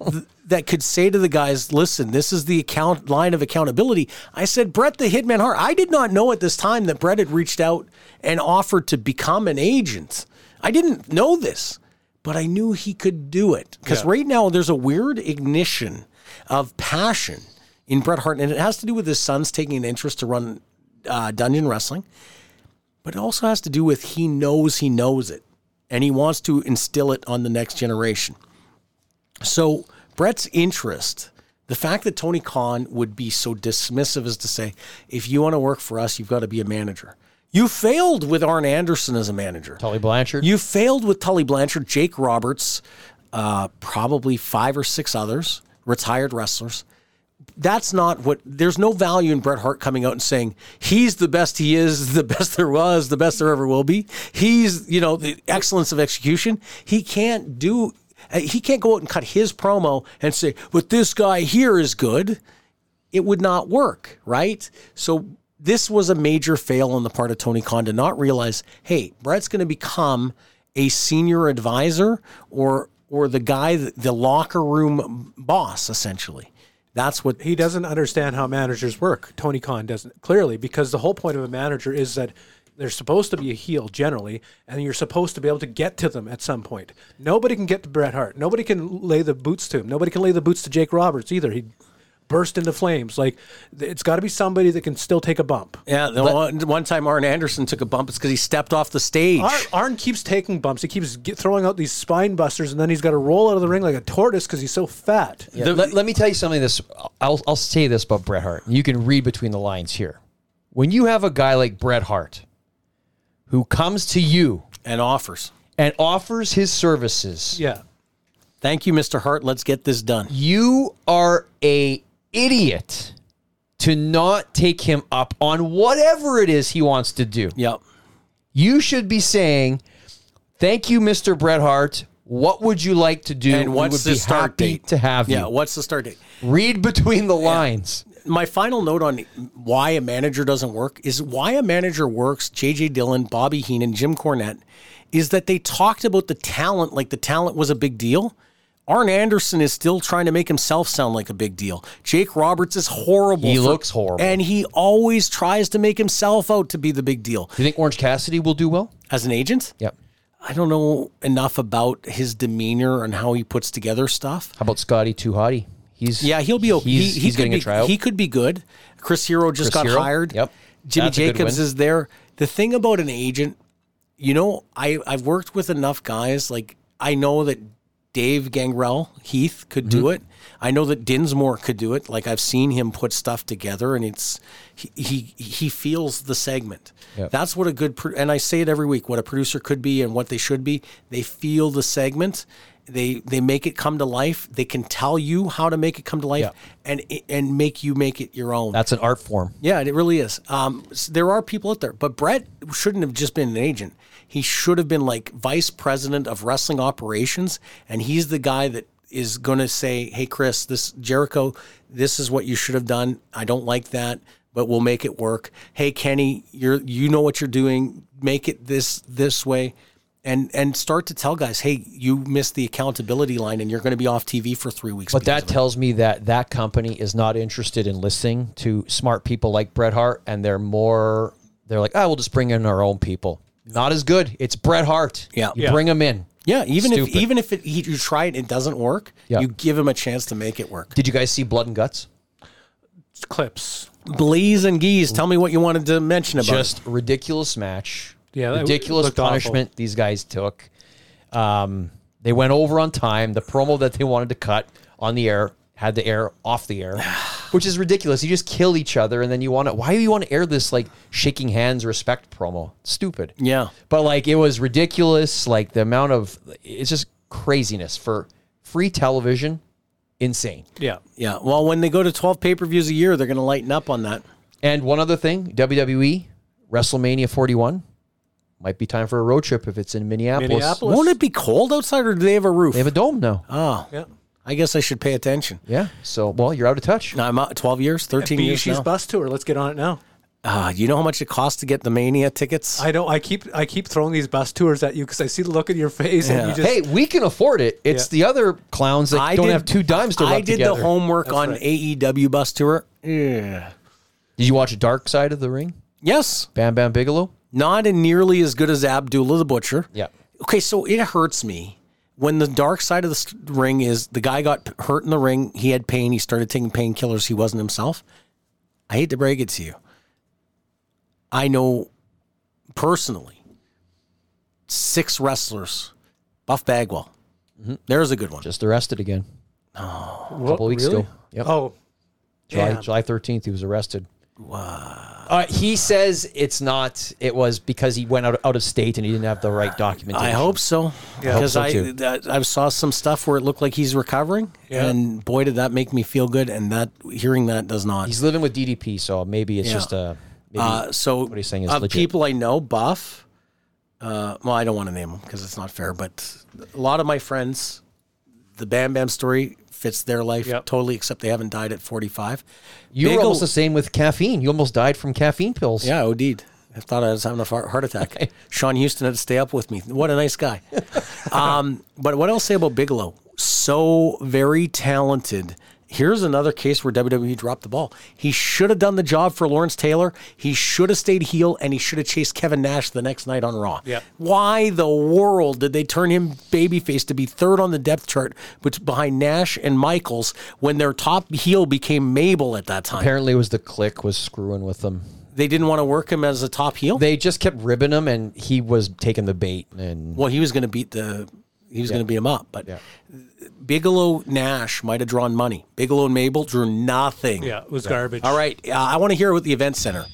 C: that could say to the guys, "Listen, this is the account line of accountability." I said, Brett the Hitman Hart. I did not know at this time that Brett had reached out and offered to become an agent. I didn't know this, but I knew he could do it because right now there's a weird ignition of passion in Bret Hart, and it has to do with his sons taking an interest to run uh, dungeon wrestling but it also has to do with he knows he knows it and he wants to instill it on the next generation. So Brett's interest, the fact that Tony Khan would be so dismissive as to say, if you want to work for us, you've got to be a manager. You failed with Arn Anderson as a manager.
E: Tully Blanchard.
C: You failed with Tully Blanchard, Jake Roberts, uh, probably five or six others, retired wrestlers. That's not what, there's no value in Bret Hart coming out and saying, he's the best he is, the best there was, the best there ever will be. He's, you know, the excellence of execution. He can't do, uh, he can't go out and cut his promo and say, but this guy here is good it would not work, right? So this was a major fail on the part of Tony Khan to not realize, hey, Brett's going to become a senior advisor or or the guy, that- the locker room boss, essentially. That's what
F: he doesn't understand how managers work. Tony Khan doesn't clearly because the whole point of a manager is that they're supposed to be a heel generally, and you're supposed to be able to get to them at some point. Nobody can get to Bret Hart. Nobody can lay the boots to him. Nobody can lay the boots to Jake Roberts either. He burst into flames. Like th- it's got to be somebody that can still take a bump.
C: yeah. The one, one time Arn Anderson took a bump, it's because he stepped off the stage.
F: Ar- Arn keeps taking bumps. He keeps get, throwing out these spine busters, and then he's got to roll out of the ring like a tortoise because he's so fat.
E: Yeah, let, let me tell you something. This I'll I'll say this about Bret Hart. You can read between the lines here. When you have a guy like Bret Hart, who comes to you
C: and offers.
E: and offers his services.
F: Yeah.
C: Thank you, Mr. Hart. Let's get this done.
E: You are a idiot to not take him up on whatever it is he wants to do.
C: Yep.
E: You should be saying, "Thank you, Mr. Bret Hart. What would you like to do?
C: And
E: We
C: what's
E: would
C: the
E: be
C: start
E: happy
C: date
E: to have
C: Yeah.
E: you?"
C: What's the start date?
E: Read between the lines.
C: My final note on why a manager doesn't work is why a manager works. J.J. Dillon, Bobby Heenan, Jim Cornette, is that they talked about the talent like the talent was a big deal. Arn Anderson is still trying to make himself sound like a big deal. Jake Roberts is horrible.
E: He looks horrible.
C: and he always tries to make himself out to be the big deal
E: Do you think Orange Cassidy will do well?
C: as an agent.
E: Yep.
C: I don't know enough about his demeanor and how he puts together stuff.
E: How about Scotty Too Hottie? He's
C: Yeah, he'll be okay.
E: He's,
C: he,
E: he's,
C: he could
E: getting
C: be,
E: a tryout.
C: He could be good. Chris Hero just
E: Chris
C: got
E: Hero?
C: hired.
E: Yep.
C: Jimmy
E: That's a good
C: Jacobs
E: win.
C: is there. The thing about an agent, you know, I I've worked with enough guys. Like I know that Dave Gangrel Heath could do it. I know that Dinsmore could do it. Like I've seen him put stuff together, and it's he he, he feels the segment.
E: Yep.
C: That's what a good pro- and I say it every week. What a producer could be and what they should be. They feel the segment. They they make it come to life. They can tell you how to make it come to life,
E: Yep.
C: and and make you make it your own.
E: That's an art form.
C: Yeah, it really is. Um, s- there are people out there, but Brett shouldn't have just been an agent. He should have been like vice president of wrestling operations, and he's the guy that is going to say, "Hey, Chris, this Jericho, this is what you should have done. I don't like that, but we'll make it work. Hey, Kenny, you're you know what you're doing. Make it this this way." And, and start to tell guys, hey, you missed the accountability line, and you're going to be off TV for three weeks.
E: But
C: because
E: that
C: of it."
E: tells me that that company is not interested in listening to smart people like Bret Hart, and they're more they're like, ah, we'll just bring in our own people. Not as good. It's Bret Hart.
C: Yeah.
E: you
C: Yeah.
E: bring him in.
C: Yeah, even if
E: Stupid.
C: even if it, he, you try it, and it doesn't work.
E: Yeah.
C: You give him a chance to make it work.
E: Did you guys see Blood and Guts?
F: It's clips.
C: Blees and geese. Tell me what you wanted to mention about.
E: Just ridiculous match.
F: Yeah, that
E: ridiculous
F: looked awful.
E: punishment these guys took. Um, they went over on time. The promo that they wanted to cut on the air had the air off the air, which is ridiculous. You just kill each other, and then you want to. Why do you want to air this like shaking hands respect promo? Stupid.
C: Yeah.
E: but like it was ridiculous. Like the amount of it's just craziness for free television. Insane.
F: Yeah.
C: yeah. Well, when they go to twelve pay per views a year, they're going to lighten up on that.
E: And one other thing, WWE WrestleMania 41 might be time for a road trip if it's in Minneapolis.
F: Minneapolis.
C: Won't it be cold outside, or do they have a roof?
E: They have a dome now.
C: oh,
F: Yeah.
C: I guess I should pay attention.
E: yeah. So, well, you're out of touch.
C: No, I'm out twelve years, thirteen years
F: She's
C: now.
F: bus tour. Let's get on it now.
C: Ah, you know how much it costs to get the mania tickets?
F: I know. I keep I keep throwing these bus tours at you because I see the look in your face and you just
E: Hey, we can afford it. It's the other clowns that
C: I
E: don't
C: did-
E: have two dimes to
C: I
E: rub
C: did
E: together.
C: the homework on AEW bus tour. Yeah.
E: did you watch Dark Side of the Ring?
C: Yes.
E: Bam Bam Bigelow?
C: Not in nearly as good as Abdullah the Butcher.
E: Yeah.
C: Okay, so it hurts me when the dark side of the s- ring is the guy got p- hurt in the ring. He had pain. He started taking painkillers. He wasn't himself. I hate to break it to you. I know personally six wrestlers. Buff Bagwell. There's a good one.
E: Mm-hmm. Just arrested again.
F: a
E: couple weeks ago. Yep.
F: Oh,
E: July,
F: Damn.
E: July 13th, he was arrested. Wow. Uh, he says it's not. It was because he went out, out of state and he didn't have the right documentation.
C: I hope so. Because
E: I
C: I,
E: hope so,
C: th- I saw some stuff where it looked like he's recovering,
F: Yeah.
C: and boy, did that make me feel good. And that hearing that does not.
E: He's living with DDP, so maybe it's
C: Yeah.
E: just a. Maybe,
C: Uh, so
E: what he's saying is
C: of
E: legit.
C: people I know, Buff. Uh, well, I don't want to name them because it's not fair, but a lot of my friends, the Bam Bam story fits their life
F: Yep.
C: totally, except they haven't died at 45.
E: you were
C: Bagel-
E: almost the same with caffeine. You almost died from caffeine pills.
C: Yeah, OD'd. I thought I was having a far- heart attack. Sean Houston had to stay up with me. What a nice guy. um, but what I'll say about Bigelow, so very talented. Here's another case where WWE dropped the ball. He should have done the job for Lawrence Taylor. He should have stayed heel, and he should have chased Kevin Nash the next night on Raw.
F: Yeah.
C: Why the world did they turn him babyface to be third on the depth chart bet- behind Nash and Michaels when their top heel became Mabel at that time?
E: Apparently, it was the click was screwing with them.
C: They didn't want to work him as a top heel.
E: They just kept ribbing him, and he was taking the bait. And
C: Well, he was going to beat the. He was going to beat him up, but Bigelow Nash might have drawn money. Bigelow and Mabel drew nothing.
F: yeah, it was garbage.
C: All right, uh, I want to hear what the event center.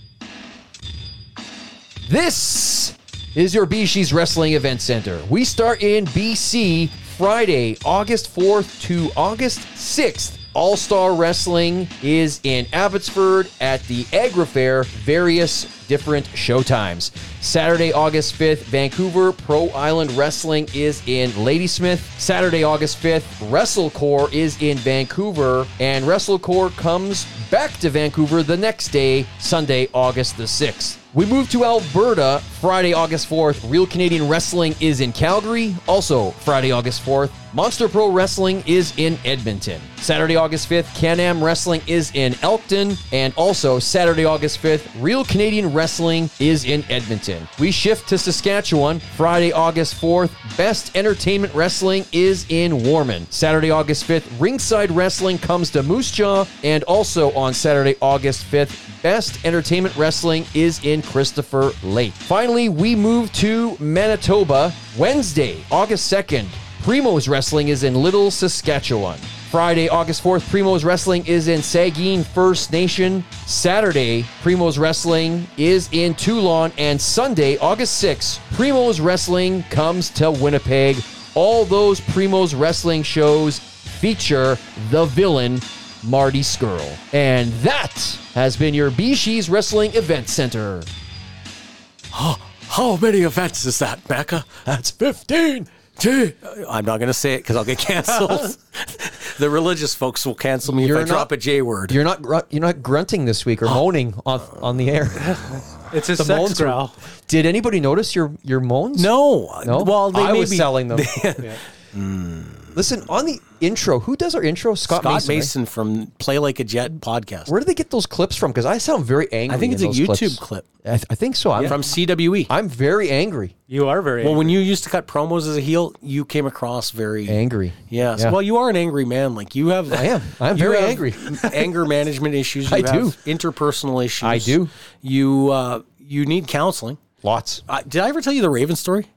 E: this is your BC's Wrestling Event Center. We start in BC Friday, August 4th to August 6th. All Star Wrestling is in Abbotsford at the Agra Fair, various different showtimes. Saturday, August 5th, Vancouver Pro Island Wrestling is in Ladysmith. Saturday, August 5th, WrestleCore is in Vancouver, and WrestleCore comes back to Vancouver the next day, Sunday, August the 6th. We move to Alberta Friday, August 4th. Real Canadian Wrestling is in Calgary, also Friday, August 4th. Monster Pro Wrestling is in Edmonton. Saturday, August 5th, Can Am Wrestling is in Elkton. And also Saturday, August 5th, Real Canadian Wrestling is in Edmonton. We shift to Saskatchewan Friday, August 4th. Best Entertainment Wrestling is in Warman. Saturday, August 5th, Ringside Wrestling comes to Moose Jaw. And also on Saturday, August 5th, Best Entertainment Wrestling is in Christopher Lake. Finally, we move to Manitoba Wednesday, August 2nd. Primo's Wrestling is in Little Saskatchewan. Friday, August 4th, Primo's Wrestling is in Sagin First Nation. Saturday, Primo's Wrestling is in Toulon. And Sunday, August 6th, Primo's Wrestling comes to Winnipeg. All those Primo's Wrestling shows feature the villain, Marty Skrull. And that has been your She's Wrestling Event Center.
C: How many events is that, Mecca? That's 15. Gee, I'm not going to say it because I'll get canceled. the religious folks will cancel me
E: You're
C: if I
E: not-
C: drop a J word. Oh.
E: You're not gru- you're not grunting this week or moaning on, on the air.
F: It's his
E: The
F: sex
E: moans were-
F: growl.
E: Did anybody notice your your moans?
C: no.
E: no.
C: Well, they
E: I
C: may
E: was
C: be-
E: selling them. Listen on the intro. Who does our intro? Scott,
C: Scott
E: Mason.
C: Mason,
E: right?
C: from Play Like a Jet podcast.
E: Where do they get those clips from? Because I sound very angry.
C: I think it's a
E: in those
C: YouTube clip
E: clips. I, th- I think so. I'm
C: from CWE.
E: I'm very angry.
F: You are very.
C: well, when you used to cut promos as a heel, you came across very
E: Angry.
C: Yeah. So,
E: Yeah.
C: well, you are an angry man. Like you have. I
E: am. I am very angry.
C: anger management issues. You
E: I do.
C: have Interpersonal issues.
E: I do.
C: You uh, you need counseling.
E: Lots.
C: Uh, did I ever tell you the Raven story?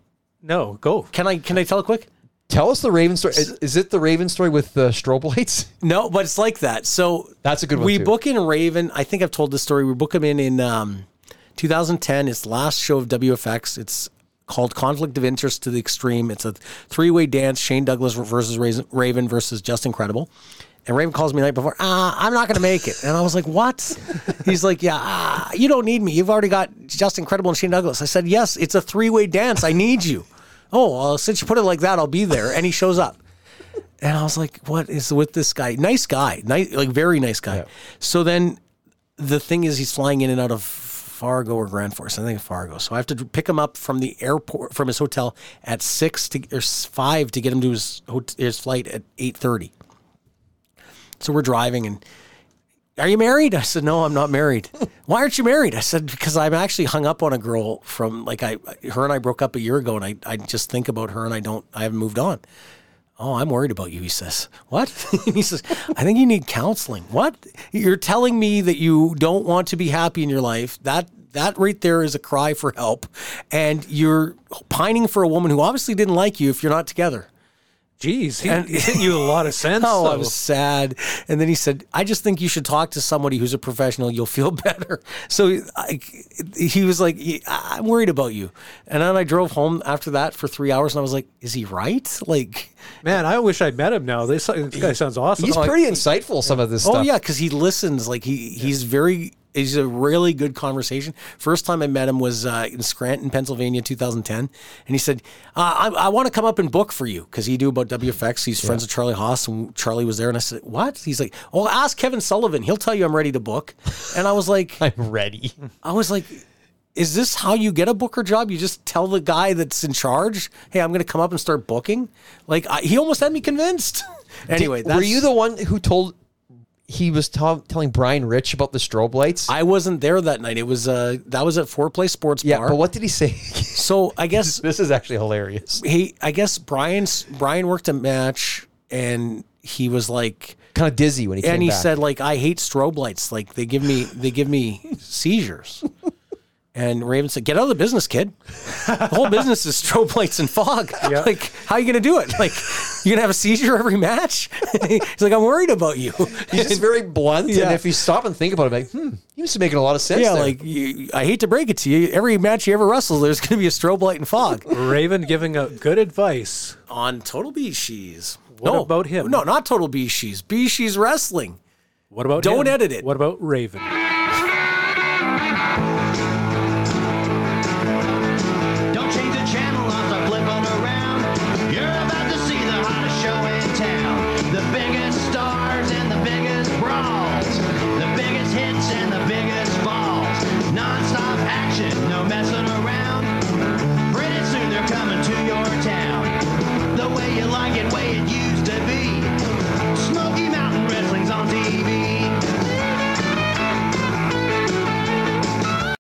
F: no, go.
C: Can I can I tell it quick?
E: Tell us the Raven story. Is, is it the Raven story with the strobe lights?
C: No, but it's like that. So
E: That's a good one,
C: We
E: too.
C: book in Raven. I think I've told this story. We book him in in um, 2010. It's the last show of WFX. It's called Conflict of Interest to the Extreme. It's a three way dance: Shane Douglas versus Raven- Raven versus Justin Credible. And Raven calls me the night before. Ah, I'm not going to make it. And I was like, "What?" He's like, "Yeah, ah, you don't need me. You've already got Justin Credible and Shane Douglas." I said, "Yes, it's a three way dance. I need you." Oh, well, since you put it like that, I'll be there. And he shows up. And I was like, what is with this guy? Nice guy, nice, like very nice guy. So then the thing is, he's flying in and out of Fargo or Grand Forks. I think Fargo. So I have to pick him up from the airport, from his hotel at six to or five to get him to his hot- his flight at eight thirty. So we're driving and. Are you married? I said, No, I'm not married. Why aren't you married? I said, Because I'm actually hung up on a girl from like I, her and I broke up a year ago, and I, I just think about her and I don't, I haven't moved on. Oh, I'm worried about you, he says. What? he says, I think you need counseling. What? You're telling me that you don't want to be happy in your life. That that right there is a cry for help. And you're pining for a woman who obviously didn't like you if you're not together.
F: Jeez, he, he's hitting you a lot of sense.
C: Oh, I
F: though.
C: was sad. And then he said, I just think you should talk to somebody who's a professional. You'll feel better. So I, he was like, I'm worried about you. And then I drove home after that for three hours and I was like, is he right? Like,
F: man, I wish I met him now. This, this guy sounds awesome.
E: He's
F: Oh,
E: pretty insightful. Some of this stuff.
C: Oh yeah, because he listens. Like he he's very he's a really good conversation. First time I met him was uh, in Scranton, Pennsylvania, 2010, and he said, uh, "I, I want to come up and book for you because he knew about WFX. He's friends with Charlie Haas, and Charlie was there. And I said, "What?" He's like, "Well, ask Kevin Sullivan. He'll tell you I'm ready to book." And I was like,
E: I'm ready.
C: I was like. Is this how you get a booker job? You just tell the guy that's in charge, "Hey, I'm going to come up and start booking." Like I, he almost had me convinced. anyway,
E: Were you the one who told he was ta- telling Brian Rich about the strobe lights?
C: I wasn't there that night. It was uh that was at Foreplay Sports
E: yeah,
C: Bar.
E: but what did he say?
C: So I guess
E: this is actually hilarious.
C: he I guess Brian's Brian worked a match and he was like
E: Kind of dizzy when he came
C: and he
E: back.
C: said like I hate strobe lights. Like they give me they give me seizures. And Raven said, "Get out of the business, kid. The whole business is strobe lights and fog. Like, how are you going to do it? Like, you're going to have a seizure every match? He's like, I'm worried about you.
E: he's just very blunt. And
C: Yeah.
E: if you stop and think about it, like, hmm, You must be making a lot of sense.
C: yeah,
E: there.
C: like you, I hate to break it to you, every match you ever wrestle, there's going to be a strobe light and fog
F: Raven giving out good advice.
C: on Total Beeshees.
F: What about him?
C: No, not Total Beeshees. Beeshees Wrestling.
F: What about
C: Don't
F: him?
C: edit it.
F: What about Raven?
H: Don't change the channel, I'll start flipping around. You're about to see the hottest show in town. The biggest stars and the biggest brawls. The biggest hits and the biggest falls. Non-stop action, no messing around. Pretty soon they're coming to your town. The way you like it, way